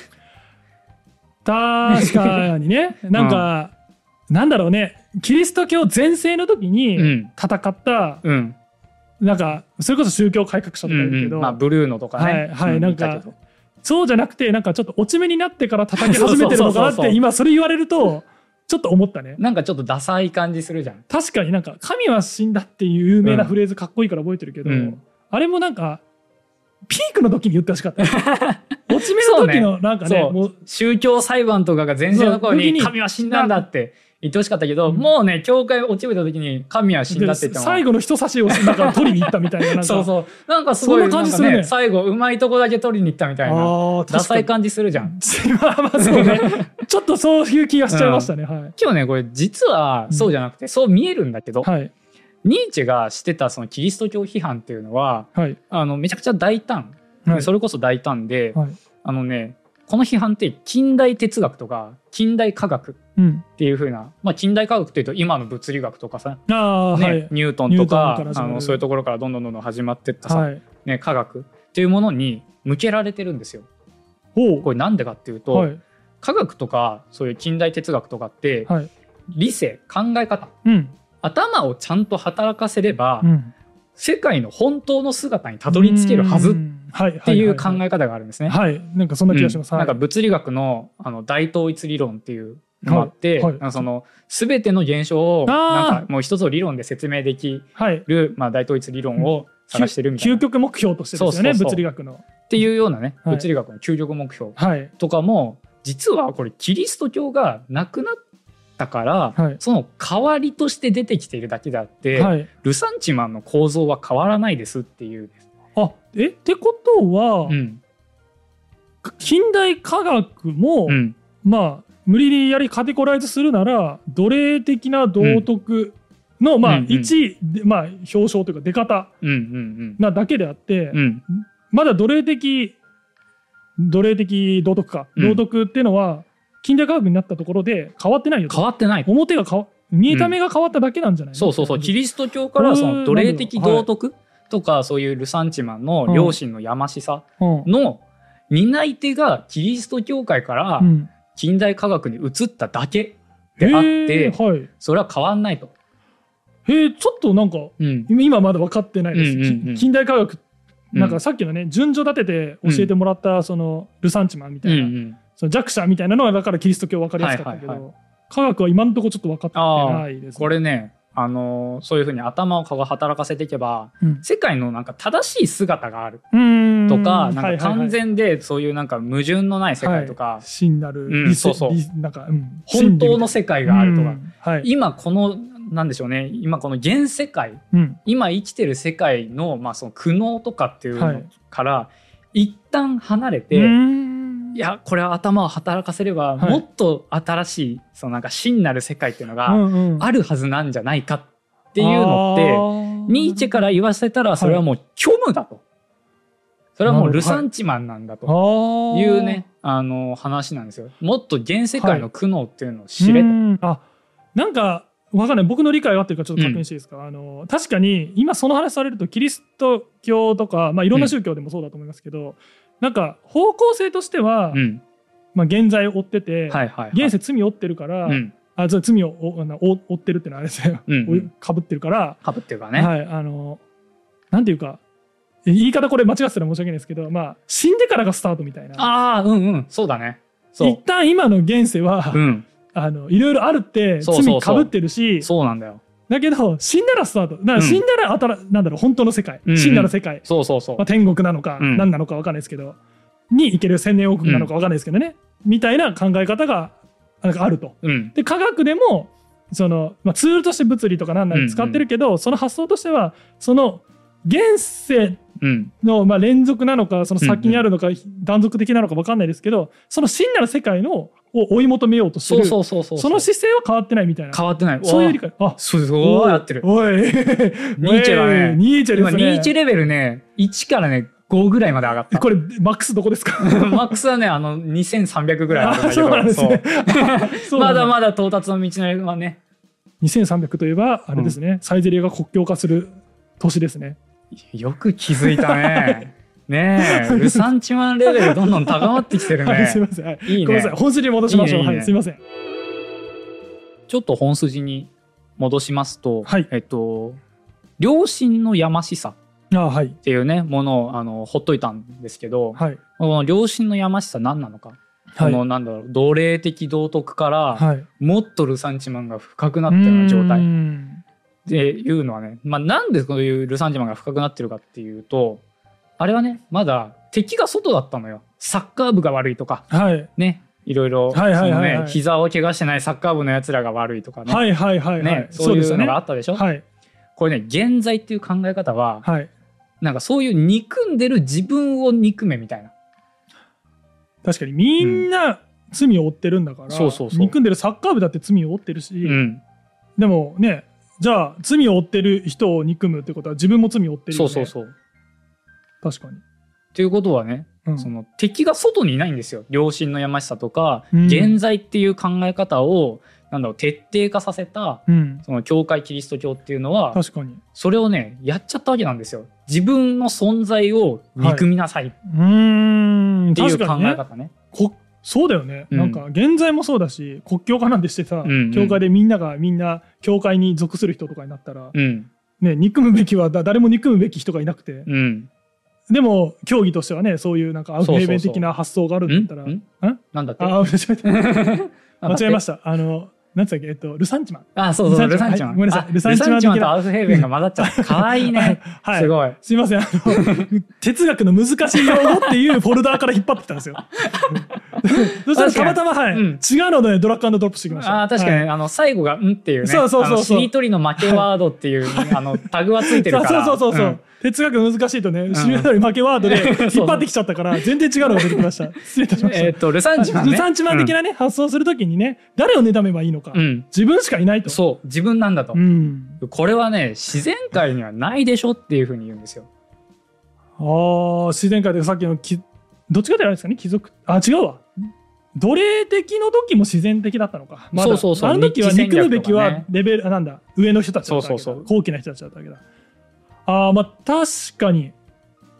[SPEAKER 2] 確かに ね。なんかなんだろうね。キリスト教全盛の時
[SPEAKER 1] う
[SPEAKER 2] に
[SPEAKER 1] ん
[SPEAKER 2] 戦った
[SPEAKER 1] うん
[SPEAKER 2] なんかそれこそ宗教改革者とかいるけど、
[SPEAKER 1] まあ、ブルーノとかね、
[SPEAKER 2] はいはい
[SPEAKER 1] うん
[SPEAKER 2] なんか
[SPEAKER 1] いたけど
[SPEAKER 2] そうじゃなくてなんかちょっと落ち目になってから叩き始めてるのかなっ
[SPEAKER 1] そうそうそうそう
[SPEAKER 2] て今それ言われるとちょっと思ったね
[SPEAKER 1] なんかちょっとダサい感じするじゃん。
[SPEAKER 2] 確かになんか「神は死んだ」っていう有名なフレーズかっこいいから覚えてるけど、
[SPEAKER 1] うん
[SPEAKER 2] あれもなんかピークの時に言ってほしか ったね落ち目の時のなんかね
[SPEAKER 1] そう
[SPEAKER 2] もう
[SPEAKER 1] 宗教裁判とかが前世の頃
[SPEAKER 2] そう時
[SPEAKER 1] に
[SPEAKER 2] に
[SPEAKER 1] 神は死んだんだって言ってほしかったけど、
[SPEAKER 2] うん
[SPEAKER 1] もうね、教会落ちぶれた時に神は死んだって言っても。
[SPEAKER 2] 最後の人差しをなんか取りに行ったみたいななん か
[SPEAKER 1] そうそう。なんかすごい、
[SPEAKER 2] そんな感じするね
[SPEAKER 1] なんか最後、うまいとこだけ取りに行ったみたいな。
[SPEAKER 2] あー
[SPEAKER 1] ダ
[SPEAKER 2] 確
[SPEAKER 1] サ
[SPEAKER 2] か
[SPEAKER 1] い
[SPEAKER 2] に
[SPEAKER 1] 感じするじゃん。
[SPEAKER 2] まあまあそうね ちょっとそういう気がしちゃいましたね、はい、
[SPEAKER 1] 今日ね、これ実はそうじゃなくて、そう見えるんだけど、
[SPEAKER 2] はい
[SPEAKER 1] ニーチェがしてたそのキリスト教批判っていうのは、
[SPEAKER 2] はい
[SPEAKER 1] あの、めちゃくちゃ大胆。
[SPEAKER 2] はい
[SPEAKER 1] それこそ大胆で、
[SPEAKER 2] はい
[SPEAKER 1] あのね、この批判って近代哲学とか近代科学
[SPEAKER 2] うん
[SPEAKER 1] っていう風な、まあ、近代科学というと今の物理学とかさ、
[SPEAKER 2] ああ
[SPEAKER 1] ね
[SPEAKER 2] はい
[SPEAKER 1] ニュートンとか
[SPEAKER 2] ニュートンから始
[SPEAKER 1] あ
[SPEAKER 2] まる
[SPEAKER 1] のそういうところからどんどんどんどん始まってったさ、
[SPEAKER 2] はい
[SPEAKER 1] ね、科学っていうものに向けられてるんですよ。
[SPEAKER 2] おう
[SPEAKER 1] これなんでかっていうと、
[SPEAKER 2] はい
[SPEAKER 1] 科学とかそういう近代哲学とかって、
[SPEAKER 2] はい
[SPEAKER 1] 理性考え方
[SPEAKER 2] うん
[SPEAKER 1] 頭をちゃんと働かせれば、
[SPEAKER 2] うん
[SPEAKER 1] 世界の本当の姿にたどり着けるはずっ
[SPEAKER 2] うんはいって
[SPEAKER 1] いう考え方があるんですね。
[SPEAKER 2] はいなんかそんな気がします、
[SPEAKER 1] うん
[SPEAKER 2] は
[SPEAKER 1] ないんか物理学のあの大統一理論っていうのもあって、
[SPEAKER 2] はいはい
[SPEAKER 1] なんかその全ての現象を
[SPEAKER 2] あー
[SPEAKER 1] なんかもう一つの理論で説明でき
[SPEAKER 2] はい
[SPEAKER 1] る、まあ、大統一理論を探してるみたいな
[SPEAKER 2] 究極目標としてですよね
[SPEAKER 1] そうそうそう
[SPEAKER 2] 物理学の
[SPEAKER 1] っていうようなね
[SPEAKER 2] はい
[SPEAKER 1] 物理学の究極目標
[SPEAKER 2] はい
[SPEAKER 1] とかも実はこれキリスト教がなくなったから、
[SPEAKER 2] はい
[SPEAKER 1] その代わりとして出てきているだけであって、
[SPEAKER 2] はい
[SPEAKER 1] ルサンチマンの構造は変わらないですっていう、
[SPEAKER 2] あえってことは、
[SPEAKER 1] うん
[SPEAKER 2] 近代科学も、
[SPEAKER 1] うん
[SPEAKER 2] まあ無理やりカテゴライズするなら奴隷的な道徳の、まあ
[SPEAKER 1] うんうん
[SPEAKER 2] 一でまあ、表彰というか出方
[SPEAKER 1] うんうん
[SPEAKER 2] なだけであって、
[SPEAKER 1] うんうん
[SPEAKER 2] まだ奴隷的奴隷的道徳か、
[SPEAKER 1] うん
[SPEAKER 2] 道徳っていうのは近代科学になったところで変わってないよと
[SPEAKER 1] 変わってない
[SPEAKER 2] 表が変わ見た目が変わっただけなんじゃないの、
[SPEAKER 1] そうそうそうキリスト教からその奴隷的道徳とかそういうルサンチマンの両親のやましさ
[SPEAKER 2] うん
[SPEAKER 1] の担い手がキリスト教会から
[SPEAKER 2] うん
[SPEAKER 1] 近代科学に移っただけであっ
[SPEAKER 2] へ
[SPEAKER 1] て
[SPEAKER 2] ーはい、
[SPEAKER 1] それは変わんないと。
[SPEAKER 2] へーちょっとなんか
[SPEAKER 1] うん
[SPEAKER 2] 今まだ分かってないです、
[SPEAKER 1] うんうんうん
[SPEAKER 2] き近代科学
[SPEAKER 1] うん
[SPEAKER 2] なんかさっきのね順序立てて教えてもらったそのルサンチマンみた
[SPEAKER 1] う
[SPEAKER 2] い
[SPEAKER 1] んう
[SPEAKER 2] な、
[SPEAKER 1] ん、
[SPEAKER 2] その弱者みたいなのはだからキリスト教分かりやすかったけど、
[SPEAKER 1] はいはい
[SPEAKER 2] 科学は今のところちょっと分かってないですね、
[SPEAKER 1] これね、あのーそういうふうに頭を働かせていけば
[SPEAKER 2] うん
[SPEAKER 1] 世界のなんか正しい姿がある
[SPEAKER 2] うーん
[SPEAKER 1] とか,、な
[SPEAKER 2] は
[SPEAKER 1] ん
[SPEAKER 2] い
[SPEAKER 1] か
[SPEAKER 2] はいはい
[SPEAKER 1] 完全でそういうなんか矛盾のない世界とか、
[SPEAKER 2] 死になる、
[SPEAKER 1] うん
[SPEAKER 2] 理性
[SPEAKER 1] そうそう
[SPEAKER 2] 理なんか、うん
[SPEAKER 1] 本当の世界があるとか、
[SPEAKER 2] うんはい、
[SPEAKER 1] 今このなんでしょうね今この現世界
[SPEAKER 2] うん
[SPEAKER 1] 今生きてる世界の,、まあその苦悩とかっていう
[SPEAKER 2] は
[SPEAKER 1] の
[SPEAKER 2] い
[SPEAKER 1] から、一旦離れて、
[SPEAKER 2] うーん
[SPEAKER 1] いやこれは頭を働かせれば、
[SPEAKER 2] はい
[SPEAKER 1] もっと新しいそのなんか真なる世界っていうの
[SPEAKER 2] う
[SPEAKER 1] が
[SPEAKER 2] んうん
[SPEAKER 1] あるはずなんじゃないかっていうのって、
[SPEAKER 2] あー
[SPEAKER 1] ニーチェから言わせたらそれはもう虚無だと、それはもうルサンチマンなんだと
[SPEAKER 2] あー
[SPEAKER 1] いうね、あの話なんですよもっと現世界の苦悩っていうのを知
[SPEAKER 2] う
[SPEAKER 1] れと、
[SPEAKER 2] ーんあなんかわかんない僕の理解は合ってるかちょっと確認していいですか、あの確かに今その話されるとキリスト教とか、まあ、いろんな宗教でもそうだと思いますけど、なんか方向性としては、
[SPEAKER 1] うん
[SPEAKER 2] まあ、現在を追ってて、
[SPEAKER 1] はいはい、はい、
[SPEAKER 2] 現世罪を負ってるから、
[SPEAKER 1] うん
[SPEAKER 2] あそう罪をおあのお負ってるっていうのはあれですよ、
[SPEAKER 1] うん うん
[SPEAKER 2] かぶってるから、
[SPEAKER 1] かぶってるからね、
[SPEAKER 2] はいあのなんていうか言い方これ間違ってたら申し訳ないですけど、まあ、死んでからがスタートみたいな
[SPEAKER 1] ああうんうんそうだねそ
[SPEAKER 2] 一
[SPEAKER 1] う
[SPEAKER 2] 旦今の現世は、
[SPEAKER 1] うん
[SPEAKER 2] あのいろいろあるって
[SPEAKER 1] そうそうそう
[SPEAKER 2] 罪かぶってるし
[SPEAKER 1] そうなんだよ
[SPEAKER 2] だけど死んだらスタートだか
[SPEAKER 1] うん
[SPEAKER 2] ら死んだらあたら、なんだろう本当の世界、
[SPEAKER 1] うんうん
[SPEAKER 2] 死んだら世界、
[SPEAKER 1] そうそうそう
[SPEAKER 2] まあ、天国なのか、
[SPEAKER 1] うん
[SPEAKER 2] 何なのか分かんないですけどに行ける千年王国なのか分かんないですけどね、みたいな考え方がなんかあると。
[SPEAKER 1] うん
[SPEAKER 2] で科学でもその、まあ、ツールとして物理とか何な
[SPEAKER 1] うんう
[SPEAKER 2] り
[SPEAKER 1] ん
[SPEAKER 2] 使ってるけど、その発想としてはその現世
[SPEAKER 1] うん
[SPEAKER 2] の、まあ、連続なのかその先にあるのか、断続的なのか分かんないですけどその真なる世界のを追い求めようとして
[SPEAKER 1] そ
[SPEAKER 2] る
[SPEAKER 1] うそうそうそう
[SPEAKER 2] その姿勢は変わってないみたいな
[SPEAKER 1] 変わってない
[SPEAKER 2] そういう理
[SPEAKER 1] 解
[SPEAKER 2] 解あ
[SPEAKER 1] すごい合ってる
[SPEAKER 2] おいニー
[SPEAKER 1] チェだね
[SPEAKER 2] ニーチェで
[SPEAKER 1] 今
[SPEAKER 2] す
[SPEAKER 1] ニ
[SPEAKER 2] ね
[SPEAKER 1] ーチェレベルね1からね5ぐらいまで上が った
[SPEAKER 2] これマックスどこですか
[SPEAKER 1] マックスはねあの2300ぐらいあるんだ
[SPEAKER 2] あ
[SPEAKER 1] けど
[SPEAKER 2] そうなんですね
[SPEAKER 1] そう
[SPEAKER 2] そうな
[SPEAKER 1] ま
[SPEAKER 2] ん
[SPEAKER 1] だまだ到達の道のりはね
[SPEAKER 2] 2300といえばあれですね、サイゼリヤが国境化する年ですね
[SPEAKER 1] よく気づいた ねねえルサンチマンレベルどんどん高まってきてる
[SPEAKER 2] はいすい
[SPEAKER 1] ね
[SPEAKER 2] ません、はい
[SPEAKER 1] いい
[SPEAKER 2] ごめんなさ
[SPEAKER 1] ね
[SPEAKER 2] い本筋に戻しましょう
[SPEAKER 1] いいねいいね
[SPEAKER 2] はいすいません
[SPEAKER 1] ちょっと本筋に戻しますと、
[SPEAKER 2] はい
[SPEAKER 1] えっと良心のやましさ
[SPEAKER 2] ああはい
[SPEAKER 1] っていうねものをあのほっといたんですけど、
[SPEAKER 2] はい
[SPEAKER 1] この良心のやましさ何なのか、
[SPEAKER 2] は
[SPEAKER 1] この
[SPEAKER 2] い
[SPEAKER 1] なんだろう奴隷的道徳から、
[SPEAKER 2] はい
[SPEAKER 1] もっとルサンチマンが深くなったような状態
[SPEAKER 2] う
[SPEAKER 1] っ
[SPEAKER 2] ん
[SPEAKER 1] ていうのはね、まあ、なんでこういうルサンチマンが深くなってるかっていうとあれはねまだ敵が外だったのよサッカー部が悪いとか
[SPEAKER 2] はい
[SPEAKER 1] ねいろいろそ
[SPEAKER 2] はいはいはい
[SPEAKER 1] の
[SPEAKER 2] はい
[SPEAKER 1] ね膝を怪我してないサッカー部のやつらが悪いとかね,、
[SPEAKER 2] はいはいはいは
[SPEAKER 1] ね
[SPEAKER 2] い
[SPEAKER 1] そういうのがあ
[SPEAKER 2] は
[SPEAKER 1] ったでしょ
[SPEAKER 2] い
[SPEAKER 1] これね現在っていう考え方は
[SPEAKER 2] はい
[SPEAKER 1] なんかそういう憎んでる自分を憎めみたいな
[SPEAKER 2] 確かにみんな罪を負ってるんだから、
[SPEAKER 1] そうそうそう
[SPEAKER 2] 憎んでるサッカー部だって罪を負ってるし、
[SPEAKER 1] うん
[SPEAKER 2] でもねじゃあ罪を負ってる人を憎むってことは自分も罪を負ってるよ
[SPEAKER 1] そ
[SPEAKER 2] ね
[SPEAKER 1] うそうそう
[SPEAKER 2] 確かに、
[SPEAKER 1] ということはね
[SPEAKER 2] うん
[SPEAKER 1] その敵が外にいないんですよ良心のやましさとか、
[SPEAKER 2] うん
[SPEAKER 1] 現在っていう考え方をなんだろう徹底化させた
[SPEAKER 2] うん、
[SPEAKER 1] その教会キリスト教っていうのは
[SPEAKER 2] 確かに
[SPEAKER 1] それをねやっちゃったわけなんですよ自分の存在を憎みなさいっ
[SPEAKER 2] うーん
[SPEAKER 1] ていう考
[SPEAKER 2] 確
[SPEAKER 1] え
[SPEAKER 2] かにね
[SPEAKER 1] 方ね,、
[SPEAKER 2] こそうだよね、
[SPEAKER 1] うん
[SPEAKER 2] なんか現在もそうだし国教化なんてしてさ、
[SPEAKER 1] んうん
[SPEAKER 2] 教会でみんながみんな教会に属する人とかになったら、
[SPEAKER 1] うん
[SPEAKER 2] ね、憎むべきはだ誰も憎むべき人がいなくて、
[SPEAKER 1] うん
[SPEAKER 2] でも教義としてはねそういうなんかアウフヘーベン的な発想があるんだったら
[SPEAKER 1] んん
[SPEAKER 2] ん
[SPEAKER 1] なんだって
[SPEAKER 2] ああ間違 えた間違えま
[SPEAKER 1] し
[SPEAKER 2] した。あの、なんつったっけ、えっと、ルサンチマン。
[SPEAKER 1] たあそうそうル
[SPEAKER 2] ル
[SPEAKER 1] サ
[SPEAKER 2] サ
[SPEAKER 1] ン
[SPEAKER 2] ン
[SPEAKER 1] チ
[SPEAKER 2] チ
[SPEAKER 1] マン
[SPEAKER 2] マンはいごめんなさい
[SPEAKER 1] あ
[SPEAKER 2] ルサンチマン
[SPEAKER 1] ル
[SPEAKER 2] 的な
[SPEAKER 1] とアウフヘーベンが混ざっちゃ ったかわいいね
[SPEAKER 2] はい。
[SPEAKER 1] すごい
[SPEAKER 2] すいません、あの、 哲学の難しい用語っていうフォルダーから引っ張ってきたんで すよ。そしたらたまたま、はい、
[SPEAKER 1] うん
[SPEAKER 2] 違うのでドラッグドロップしてきました。
[SPEAKER 1] あー確かに、
[SPEAKER 2] はい
[SPEAKER 1] あの最後が「ん」っていうね
[SPEAKER 2] そうそうそうそう
[SPEAKER 1] あのしりとりの負けワードって いう、あのタグはついてるから
[SPEAKER 2] そうそうそうそう、
[SPEAKER 1] ん
[SPEAKER 2] 哲学の難しいとね、知り合い負けワー ドで
[SPEAKER 1] そうそう
[SPEAKER 2] 引っ張ってきちゃったから、全然違うのが出て きました。失礼いたしました。
[SPEAKER 1] えーっとルサンチマン、ね、
[SPEAKER 2] ルサンチマン的なね、発想するときにね、誰を妬めばいいのか、
[SPEAKER 1] うん、うん
[SPEAKER 2] 自分しかいないと。
[SPEAKER 1] そう自分なんだと、
[SPEAKER 2] うん。
[SPEAKER 1] これはね自然界にはないでしょっていうふうに言うんですよ
[SPEAKER 2] ああ、自然界でさっきのき、どっちかじゃないですかね、貴族。あ、違うわ。奴隷的の時も自然的だったのか。まだ
[SPEAKER 1] そうそうそう
[SPEAKER 2] あの時は
[SPEAKER 1] 日記戦
[SPEAKER 2] 憎
[SPEAKER 1] 略
[SPEAKER 2] むべき
[SPEAKER 1] とか
[SPEAKER 2] は
[SPEAKER 1] ね
[SPEAKER 2] レベル、あなんだ、上の人たちだったわけだ。
[SPEAKER 1] そうそうそう
[SPEAKER 2] 高貴な人たちだったわけだ。ああ、まあ確かに、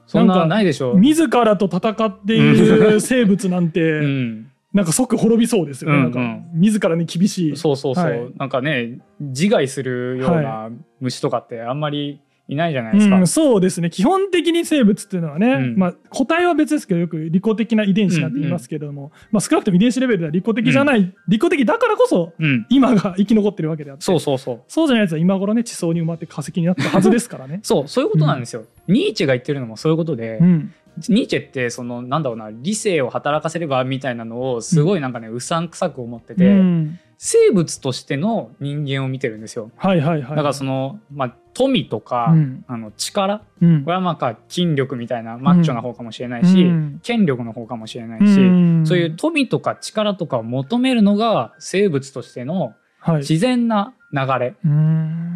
[SPEAKER 1] そん
[SPEAKER 2] なん
[SPEAKER 1] な
[SPEAKER 2] か
[SPEAKER 1] ないでしょ
[SPEAKER 2] 自らと戦っている生物なん て、
[SPEAKER 1] うん、
[SPEAKER 2] なんか即滅びそうですよね。なんか
[SPEAKER 1] うんうん
[SPEAKER 2] 自らに厳しい。
[SPEAKER 1] そうそうそう、
[SPEAKER 2] はい
[SPEAKER 1] なんかね自害するような虫とかってあんまりいないじゃないですか、
[SPEAKER 2] うん、そうですね基本的に生物っていうのはね、
[SPEAKER 1] うん
[SPEAKER 2] まあ、個体は別ですけどよく利己的な遺伝子なんて言いますけれども、まあ、少なくとも遺伝子レベルでは利己的じゃない、利己的だからこそ
[SPEAKER 1] うん、
[SPEAKER 2] 今が生き残ってるわけであって
[SPEAKER 1] そうそうそう。
[SPEAKER 2] そうじゃないやつは今頃ね地層に埋まって化石になったはずですからね
[SPEAKER 1] そうそういうことなんですよ、ニーチェが言ってるのも そういうことで、
[SPEAKER 2] うん、
[SPEAKER 1] ニーチェってそのなんだろうな理性を働かせればみたいなのをすごいなんかねうさんくさく思ってて、
[SPEAKER 2] うん
[SPEAKER 1] 生物としての人間を見てるんですよ。
[SPEAKER 2] はいはいは
[SPEAKER 1] だ
[SPEAKER 2] い。
[SPEAKER 1] からその、まあ、富とか、
[SPEAKER 2] うん
[SPEAKER 1] あの力こ
[SPEAKER 2] うん
[SPEAKER 1] れはまあ筋力みたいなマッチョな方かもしれないし、
[SPEAKER 2] うん
[SPEAKER 1] 権力の方かもしれないし、
[SPEAKER 2] ん
[SPEAKER 1] そういう富とか力とかを求めるのが生物としての
[SPEAKER 2] はい
[SPEAKER 1] 自然な流れ。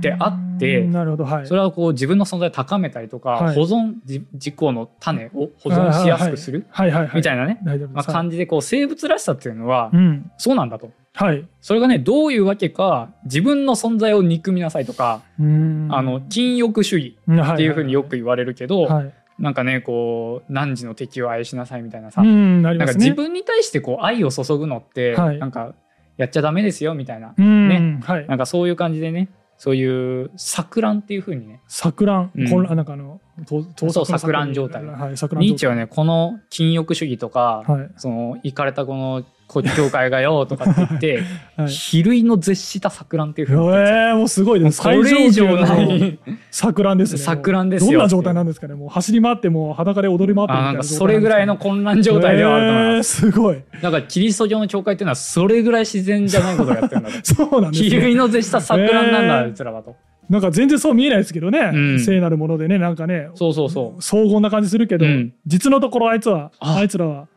[SPEAKER 1] であって
[SPEAKER 2] うんなるほどはい。
[SPEAKER 1] それはこう自分の存在を高めたりとか、
[SPEAKER 2] はい
[SPEAKER 1] 保存じ自己の種を保存しやすくする
[SPEAKER 2] はいはいはいはい
[SPEAKER 1] みたいなね、
[SPEAKER 2] 大丈夫
[SPEAKER 1] ま
[SPEAKER 2] で
[SPEAKER 1] あ、
[SPEAKER 2] す。
[SPEAKER 1] 感じでこう生物らしさっていうのは
[SPEAKER 2] うん
[SPEAKER 1] そうなんだと。
[SPEAKER 2] はい。
[SPEAKER 1] それがねどういうわけか自分の存在を憎みなさいとか、
[SPEAKER 2] うん
[SPEAKER 1] あの禁欲主義っていうふうによく言われるけど、
[SPEAKER 2] はい
[SPEAKER 1] なんかねこう何時の敵を愛しなさいみたいなさ、
[SPEAKER 2] うんなり
[SPEAKER 1] なんか
[SPEAKER 2] ますね
[SPEAKER 1] 自分に対してこう愛を注ぐのって、
[SPEAKER 2] はい
[SPEAKER 1] なんかやっちゃダメですよみたいな、
[SPEAKER 2] うんはい
[SPEAKER 1] なんかそういう感じでねそういう錯乱っていうふうにね
[SPEAKER 2] 錯乱、
[SPEAKER 1] うん
[SPEAKER 2] 混乱なんかあの盗盗
[SPEAKER 1] そう
[SPEAKER 2] 作
[SPEAKER 1] 錯
[SPEAKER 2] の
[SPEAKER 1] 乱状態
[SPEAKER 2] はい、錯乱
[SPEAKER 1] ニーチェ
[SPEAKER 2] は
[SPEAKER 1] はねこの禁欲主義とか、
[SPEAKER 2] はい
[SPEAKER 1] その行かれたこのこ 教会がよとかって言って、
[SPEAKER 2] はい。
[SPEAKER 1] 比類の絶した錯乱っていう
[SPEAKER 2] え
[SPEAKER 1] ふうに言ってるんですよ
[SPEAKER 2] ー、もうすごいです。
[SPEAKER 1] これ以上な
[SPEAKER 2] 最上級の
[SPEAKER 1] い
[SPEAKER 2] 錯乱ですね。
[SPEAKER 1] 錯乱ですよ
[SPEAKER 2] どんな状態なんですかね。もう走り回ってもう裸で踊り回って
[SPEAKER 1] あ
[SPEAKER 2] る
[SPEAKER 1] な
[SPEAKER 2] みたい
[SPEAKER 1] ん
[SPEAKER 2] な
[SPEAKER 1] か
[SPEAKER 2] 状態
[SPEAKER 1] それぐらいの混乱状態ではあると思い
[SPEAKER 2] え
[SPEAKER 1] ま
[SPEAKER 2] ー、
[SPEAKER 1] す、
[SPEAKER 2] すごい。
[SPEAKER 1] なんかキリスト教の教会っていうのはそれぐらい自然じゃないことをやってるんだ と
[SPEAKER 2] そうなんです
[SPEAKER 1] 比
[SPEAKER 2] ね。
[SPEAKER 1] 類の絶した錯乱なんだ、
[SPEAKER 2] えー
[SPEAKER 1] あいつらはと
[SPEAKER 2] なんか全然そう見えないですけどね。
[SPEAKER 1] うん
[SPEAKER 2] 聖なるものでね、なんかね、
[SPEAKER 1] そうそうそう
[SPEAKER 2] 荘厳な感じするけど、
[SPEAKER 1] うん
[SPEAKER 2] 実のところあいつは、
[SPEAKER 1] あ
[SPEAKER 2] あいつらは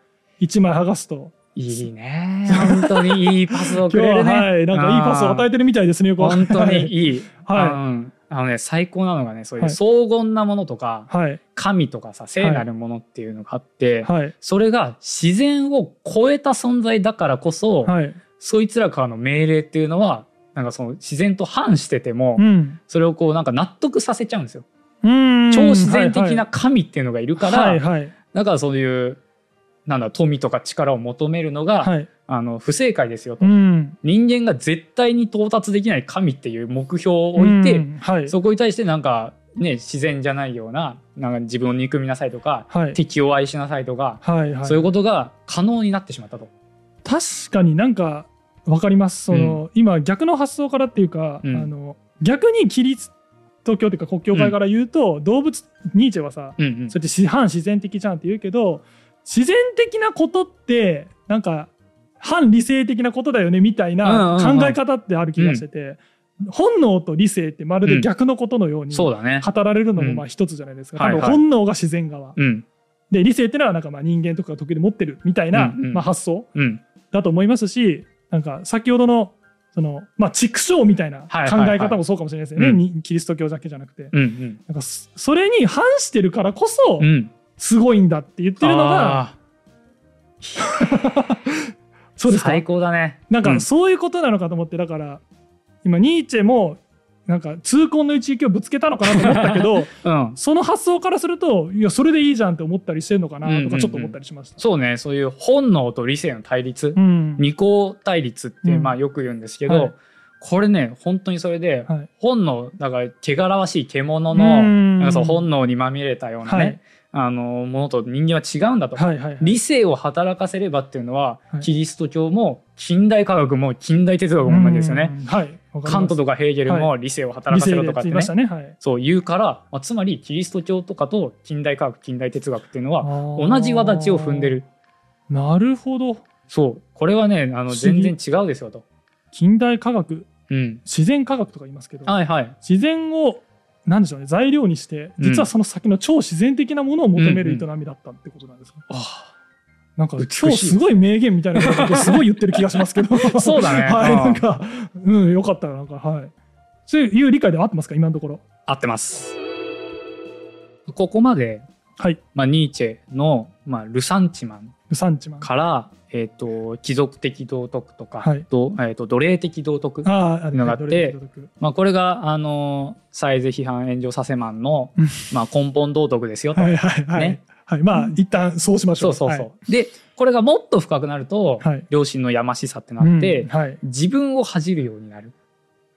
[SPEAKER 2] 一枚剥がすと、
[SPEAKER 1] いいね 本当にいいパスをく
[SPEAKER 2] 今日
[SPEAKER 1] れ
[SPEAKER 2] は、
[SPEAKER 1] るね
[SPEAKER 2] はい、なんかいいパスを与えてるみたいですね、よく
[SPEAKER 1] 本当に
[SPEAKER 2] は い。
[SPEAKER 1] いい、
[SPEAKER 2] はい
[SPEAKER 1] うんあのね最高なのがねそういう
[SPEAKER 2] はい
[SPEAKER 1] 荘厳なものとか、
[SPEAKER 2] はい。
[SPEAKER 1] 神とかさ聖なるものっていうのがあって、
[SPEAKER 2] はい。
[SPEAKER 1] それが自然を超えた存在だからこそ、
[SPEAKER 2] はい。
[SPEAKER 1] そいつらからの命令っていうのはなんかその自然と反してても、
[SPEAKER 2] うん。
[SPEAKER 1] それをこうなんか納得させちゃうんですよ。超
[SPEAKER 2] 超
[SPEAKER 1] 自然的な神っていうのがいるから、
[SPEAKER 2] はいはい
[SPEAKER 1] だからそういうなんだ富とか力を求めるのが、
[SPEAKER 2] はい、
[SPEAKER 1] あの不正解ですよと、
[SPEAKER 2] ん、
[SPEAKER 1] 人間が絶対に到達できない神っていう目標を置いて、
[SPEAKER 2] うんはい、
[SPEAKER 1] そこに対してなんかね、自然じゃないようななんか自分を憎みなさいとか、
[SPEAKER 2] はい
[SPEAKER 1] 敵を愛しなさいとか、
[SPEAKER 2] はいはい
[SPEAKER 1] そういうことが可能になってしまったと。
[SPEAKER 2] 確かになんか分かりますその、今逆の発想からっていうか、
[SPEAKER 1] うん
[SPEAKER 2] あの逆にキリスト教というか国教会から言うと、動物ニーチェはさ
[SPEAKER 1] うんうん
[SPEAKER 2] それって自反自然的じゃんって言うけど自然的なことってなんか反理性的なことだよねみたいな
[SPEAKER 1] うんうんうん
[SPEAKER 2] 考え方ってある気がしてて、本能と理性ってまるで逆のことのように
[SPEAKER 1] そ
[SPEAKER 2] 語
[SPEAKER 1] うだね。
[SPEAKER 2] られるのもまあ一つじゃないですか、
[SPEAKER 1] うんはい
[SPEAKER 2] 多
[SPEAKER 1] はい
[SPEAKER 2] 分本能が自然側、
[SPEAKER 1] うん
[SPEAKER 2] で理性ってのはなんかまあ人間とかが時々持ってるみたいな、
[SPEAKER 1] うんうん
[SPEAKER 2] まあ、発想
[SPEAKER 1] うん
[SPEAKER 2] だと思いますしなんか先ほどのそのまあ畜生みたいな考
[SPEAKER 1] はいはいはい
[SPEAKER 2] え方もそうかもしれないですよね、
[SPEAKER 1] うん
[SPEAKER 2] にキリスト教だけじゃなくて、
[SPEAKER 1] うんうん
[SPEAKER 2] なんかそそれに反してるからこそ
[SPEAKER 1] うん。っ
[SPEAKER 2] すごいんだって言ってるのが、そうですか
[SPEAKER 1] 最高だね。
[SPEAKER 2] なん
[SPEAKER 1] う
[SPEAKER 2] かそういうことなのかと思ってだから今ニーチェもなんか痛恨の一撃をぶつけたのかなと思ったけ ど
[SPEAKER 1] うん、
[SPEAKER 2] その発想からするといやそれでいいじゃんって思ったりしてるのかな
[SPEAKER 1] うん
[SPEAKER 2] と
[SPEAKER 1] うんう
[SPEAKER 2] か
[SPEAKER 1] ん
[SPEAKER 2] ちょっと思ったりしました。
[SPEAKER 1] そうねそういう本能と理性の対立、
[SPEAKER 2] うん
[SPEAKER 1] 二項対立って、
[SPEAKER 2] うん
[SPEAKER 1] まあ、よく言うんですけど、
[SPEAKER 2] はい
[SPEAKER 1] これね本当にそれで、
[SPEAKER 2] はい
[SPEAKER 1] 本能だから汚らわしい獣
[SPEAKER 2] う
[SPEAKER 1] の
[SPEAKER 2] ん
[SPEAKER 1] なんかそう本能にまみれたようなね、
[SPEAKER 2] はい
[SPEAKER 1] あのものと人間は違うんだと、
[SPEAKER 2] はいはいはい
[SPEAKER 1] 理性を働かせればっていうのは、
[SPEAKER 2] はい
[SPEAKER 1] キリスト教も近代科学も近代哲学も同じですよね。
[SPEAKER 2] うんはい、わかります
[SPEAKER 1] カントとかヘーゲルも理性を働かせろとかって
[SPEAKER 2] 理性で
[SPEAKER 1] ね
[SPEAKER 2] やっていましたね。はい
[SPEAKER 1] そう言うから、まあ、つまりキリスト教とかと近代科学近代哲学っていうのは同じ輪立ちを踏んで。る
[SPEAKER 2] あーなるほど。
[SPEAKER 1] そうこれはねあの
[SPEAKER 2] 不思
[SPEAKER 1] 全
[SPEAKER 2] 議
[SPEAKER 1] 然違うですよと。
[SPEAKER 2] 近代科学、
[SPEAKER 1] うん、
[SPEAKER 2] 自然科学とか言いますけど、
[SPEAKER 1] はいはい。
[SPEAKER 2] 自然をなんでしょうね材料にして、
[SPEAKER 1] うん
[SPEAKER 2] 実はその先の超自然的なものを求める営みだったってことなんですか。なんか
[SPEAKER 1] 美しい
[SPEAKER 2] 今日すごい名言みたいなことをすごい言ってる気がしますけど
[SPEAKER 1] そうだね
[SPEAKER 2] はい
[SPEAKER 1] うん
[SPEAKER 2] なんかうんよかったなんかはいそういう理解では合ってますか今のところ
[SPEAKER 1] 合ってます。ここまで、
[SPEAKER 2] はい
[SPEAKER 1] まあ、ニーチェの、まあ、ルサンチマン
[SPEAKER 2] ルサンチマン
[SPEAKER 1] から、えっと貴族的道徳とか、
[SPEAKER 2] はい
[SPEAKER 1] どえっと奴隷的道徳
[SPEAKER 2] あーあ
[SPEAKER 1] のがあって
[SPEAKER 2] どれどれどれ
[SPEAKER 1] まあ、これが、あのー、サイズ批判炎上させマンの
[SPEAKER 2] うん、
[SPEAKER 1] まあ、根本道徳ですよと。
[SPEAKER 2] はいはいはい、
[SPEAKER 1] ね
[SPEAKER 2] はいまあ一旦そうしましょ
[SPEAKER 1] そううそうそう。でこれがもっと深くなると、
[SPEAKER 2] はい
[SPEAKER 1] 両親のやましさってな
[SPEAKER 2] はい、
[SPEAKER 1] って、
[SPEAKER 2] うんはい、
[SPEAKER 1] 自分を恥じるようになる。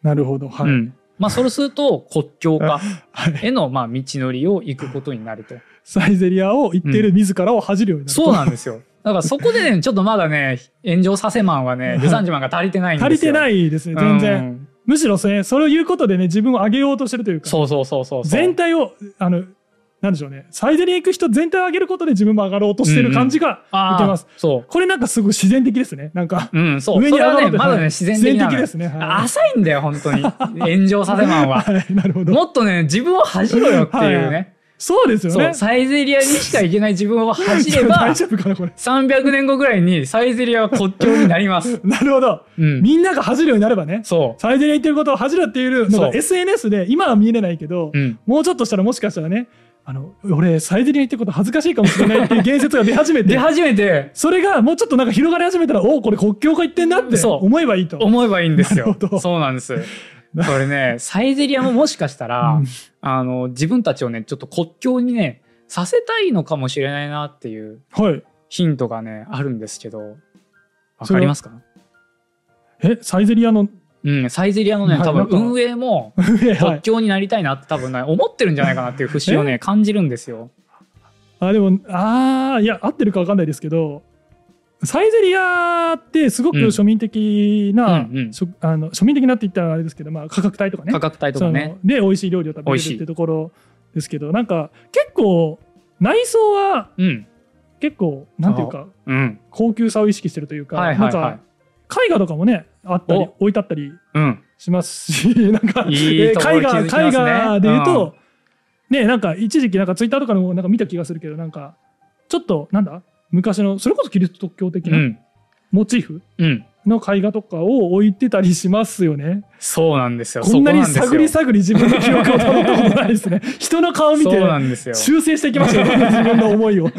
[SPEAKER 2] なるほどはい、
[SPEAKER 1] うんまあ、そうすると国境化
[SPEAKER 2] はい、
[SPEAKER 1] への、まあ、道のりを行くことになると。
[SPEAKER 2] サイゼリアを言っている自らを恥じるようになると、
[SPEAKER 1] そうなんですよ。だからそこでね、ちょっとまだね、炎上させマンはね、ルサンジマンが足りてないんですよ。、
[SPEAKER 2] 足りてないいですね全然、
[SPEAKER 1] うん。
[SPEAKER 2] むしろそれそれを言うことでね自分を上げようとしてるというか
[SPEAKER 1] そうそうそうそうそう。
[SPEAKER 2] 全体をあのなんでしょうねサイゼリア行く人全体を上げることで自分も上がろうとしてる感じが、
[SPEAKER 1] あー
[SPEAKER 2] 受けます。
[SPEAKER 1] そ
[SPEAKER 2] これなんかすごい自然的ですねなんか
[SPEAKER 1] う。うん、そう。
[SPEAKER 2] 上
[SPEAKER 1] そ
[SPEAKER 2] に上
[SPEAKER 1] れは
[SPEAKER 2] がろ
[SPEAKER 1] ね、
[SPEAKER 2] うと
[SPEAKER 1] まだ
[SPEAKER 2] はい
[SPEAKER 1] ね、自然的なのよ
[SPEAKER 2] 自然的ですねはい
[SPEAKER 1] 浅いんだよ、本当に。炎上させマンは。
[SPEAKER 2] はいなるほど
[SPEAKER 1] もっとね、自分を恥じろよっていうね。
[SPEAKER 2] そうですよ
[SPEAKER 1] そ
[SPEAKER 2] ね
[SPEAKER 1] う、サイゼリアにしか行けない自分を走れば
[SPEAKER 2] 大、丈夫かなこれ
[SPEAKER 1] 300年後ぐらいにサイゼリアは国境になり ます。
[SPEAKER 2] なるほど、
[SPEAKER 1] うん。
[SPEAKER 2] みんなが恥じるようになればね
[SPEAKER 1] そ
[SPEAKER 2] サイゼリア言ってることを恥じるっていうのが
[SPEAKER 1] そう
[SPEAKER 2] SNS で今は見えれないけど、
[SPEAKER 1] う。うん。
[SPEAKER 2] もうちょっとしたらもしかしたらねあの俺サイゼリア行ってること恥ずかしいかもしれないっていう言説が出始め て
[SPEAKER 1] 出始めて、
[SPEAKER 2] それがもうちょっとなんか広がり始めたらおおこれ国境が行ってんなって
[SPEAKER 1] そう
[SPEAKER 2] 思えばいいと。
[SPEAKER 1] 思えばいいんです
[SPEAKER 2] な
[SPEAKER 1] よ
[SPEAKER 2] るほど。
[SPEAKER 1] そうなんです。これね、サイゼリアももしかしたら、
[SPEAKER 2] うん
[SPEAKER 1] あの、自分たちをね、ちょっと国境にね、させたいのかもしれないなっていう
[SPEAKER 2] はい、
[SPEAKER 1] ヒントがね、あるんですけど、わかりますか
[SPEAKER 2] えサイゼリアの
[SPEAKER 1] うん、サイゼリアのね、
[SPEAKER 2] はい
[SPEAKER 1] 多分
[SPEAKER 2] なんか
[SPEAKER 1] 運営も
[SPEAKER 2] 上、 は
[SPEAKER 1] 国
[SPEAKER 2] い、
[SPEAKER 1] 境になりたいなって多分ね、思ってるんじゃないかなっていう節をね、感じるんですよ。
[SPEAKER 2] あでもあーいや合ってるか分かんないですけどサイゼリアってすごく
[SPEAKER 1] うん
[SPEAKER 2] 庶民的
[SPEAKER 1] う
[SPEAKER 2] な、
[SPEAKER 1] んうん
[SPEAKER 2] しょあの庶民的なって言ったらあれですけど、まあ、価格帯とかね
[SPEAKER 1] 価格帯とかね。
[SPEAKER 2] そので美味しい料理を食べ
[SPEAKER 1] 美
[SPEAKER 2] れ
[SPEAKER 1] 味
[SPEAKER 2] る
[SPEAKER 1] しい
[SPEAKER 2] ってところですけどなんか結構内装は
[SPEAKER 1] うん。
[SPEAKER 2] 結構なんていうか
[SPEAKER 1] うん。
[SPEAKER 2] 高級さを意識してるというか、
[SPEAKER 1] はいはい
[SPEAKER 2] な
[SPEAKER 1] は
[SPEAKER 2] んか絵画とかもねあったり
[SPEAKER 1] お
[SPEAKER 2] 置いてあったり
[SPEAKER 1] い。うん。
[SPEAKER 2] しますしなんか
[SPEAKER 1] いい
[SPEAKER 2] え
[SPEAKER 1] とこ
[SPEAKER 2] ー絵
[SPEAKER 1] ろ気
[SPEAKER 2] 画
[SPEAKER 1] づきますね
[SPEAKER 2] 絵画で言うと、ねなんか一時期なんかツイッターとかでもなんか見た気がするけどなんかちょっとなんだ昔のそれこそキリスト教的
[SPEAKER 1] う。
[SPEAKER 2] なんモチーフ
[SPEAKER 1] うん。
[SPEAKER 2] の絵画とかを置いてたりしますよね。
[SPEAKER 1] そうなんですよ。
[SPEAKER 2] こんなに
[SPEAKER 1] そこ
[SPEAKER 2] 探り
[SPEAKER 1] ですよ
[SPEAKER 2] 探り自分の記憶をたどったことないですね。人の顔見
[SPEAKER 1] そう
[SPEAKER 2] て
[SPEAKER 1] なんですよ。
[SPEAKER 2] 修正していきましたよ、自分の 思いを。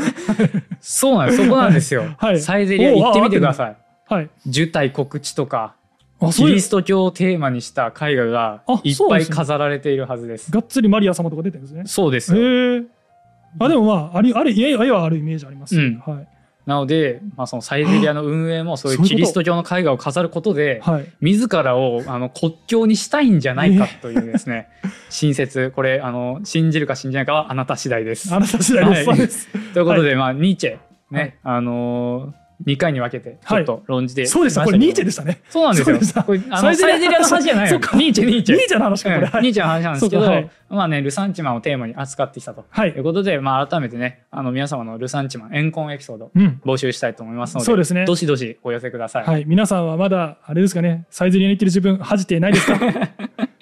[SPEAKER 1] そうなんです。そこなんですよ。
[SPEAKER 2] はい
[SPEAKER 1] サイゼリア行ってみてください。
[SPEAKER 2] はい。
[SPEAKER 1] 受胎告知とか、
[SPEAKER 2] あ、
[SPEAKER 1] キ
[SPEAKER 2] そうい
[SPEAKER 1] リ
[SPEAKER 2] う
[SPEAKER 1] スト教をテーマにした絵画が
[SPEAKER 2] あ
[SPEAKER 1] いっ
[SPEAKER 2] そう
[SPEAKER 1] ぱ
[SPEAKER 2] で
[SPEAKER 1] い
[SPEAKER 2] すね
[SPEAKER 1] 飾られているはずです。
[SPEAKER 2] がっつりマリア様とか出てるんですね。
[SPEAKER 1] そうですよ。
[SPEAKER 2] へえ。あ、でもまあ、あり、あれ、家はあるイメージあります、
[SPEAKER 1] うん
[SPEAKER 2] はい。
[SPEAKER 1] なので、まあ、そのサイゼリアの運営もそういうキリスト教の絵画を飾ることで
[SPEAKER 2] はい、
[SPEAKER 1] 自らをあの国境にしたいんじゃないかというです ね新説これあの信じるか信じないかはあなた次第です。
[SPEAKER 2] あなた次第です、
[SPEAKER 1] はい
[SPEAKER 2] そうです
[SPEAKER 1] ということで、まあ、ニーチェ
[SPEAKER 2] はい
[SPEAKER 1] ね、あのー、2回に分けてち
[SPEAKER 2] は
[SPEAKER 1] ょ
[SPEAKER 2] い
[SPEAKER 1] っと論じて、
[SPEAKER 2] そうでしたこれニーチェで
[SPEAKER 1] し
[SPEAKER 2] した
[SPEAKER 1] た
[SPEAKER 2] ね
[SPEAKER 1] けどそうなんですよ
[SPEAKER 2] そうでした
[SPEAKER 1] これあ
[SPEAKER 2] サ
[SPEAKER 1] の
[SPEAKER 2] イゼリ
[SPEAKER 1] サ
[SPEAKER 2] ア
[SPEAKER 1] イゼリアの話じゃない
[SPEAKER 2] そ
[SPEAKER 1] よ
[SPEAKER 2] っか
[SPEAKER 1] ニーチェニーチェ
[SPEAKER 2] ニーチェの話かこれ、
[SPEAKER 1] うん
[SPEAKER 2] はい
[SPEAKER 1] ニーチェの話なんですけ
[SPEAKER 2] そう
[SPEAKER 1] ど、
[SPEAKER 2] かはい
[SPEAKER 1] まあねルサンチマンをテーマに扱ってきたと
[SPEAKER 2] はい
[SPEAKER 1] ということで、まあ、改めてねあの皆様のルサンチマン怨恨エピソード
[SPEAKER 2] うん、
[SPEAKER 1] 募集したいと思いますので
[SPEAKER 2] そうですね
[SPEAKER 1] どしどしお寄せください、
[SPEAKER 2] はい、皆さんはまだあれですかねサイゼリアに行ってる自分恥じてないです か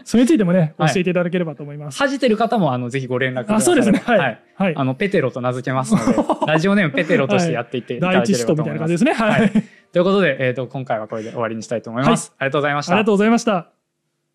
[SPEAKER 2] それについてもね教
[SPEAKER 1] はい
[SPEAKER 2] えていただければと思います、
[SPEAKER 1] 恥じてる方もあのぜひご連絡ください
[SPEAKER 2] あそうですねはい
[SPEAKER 1] はい
[SPEAKER 2] はい、
[SPEAKER 1] あのペテロと名付けます のでラジオネームペテロとしてやっていっていた
[SPEAKER 2] 第
[SPEAKER 1] だけ
[SPEAKER 2] 一
[SPEAKER 1] れ
[SPEAKER 2] 使
[SPEAKER 1] ば
[SPEAKER 2] 徒
[SPEAKER 1] と
[SPEAKER 2] み
[SPEAKER 1] 思
[SPEAKER 2] た
[SPEAKER 1] い
[SPEAKER 2] いな
[SPEAKER 1] ま
[SPEAKER 2] 感
[SPEAKER 1] す
[SPEAKER 2] じですねはい、あ
[SPEAKER 1] はい、ということで、えー、と今回はこれで終わりにしたいと思います、ありがとうございまし
[SPEAKER 2] り
[SPEAKER 1] た
[SPEAKER 2] がとうございました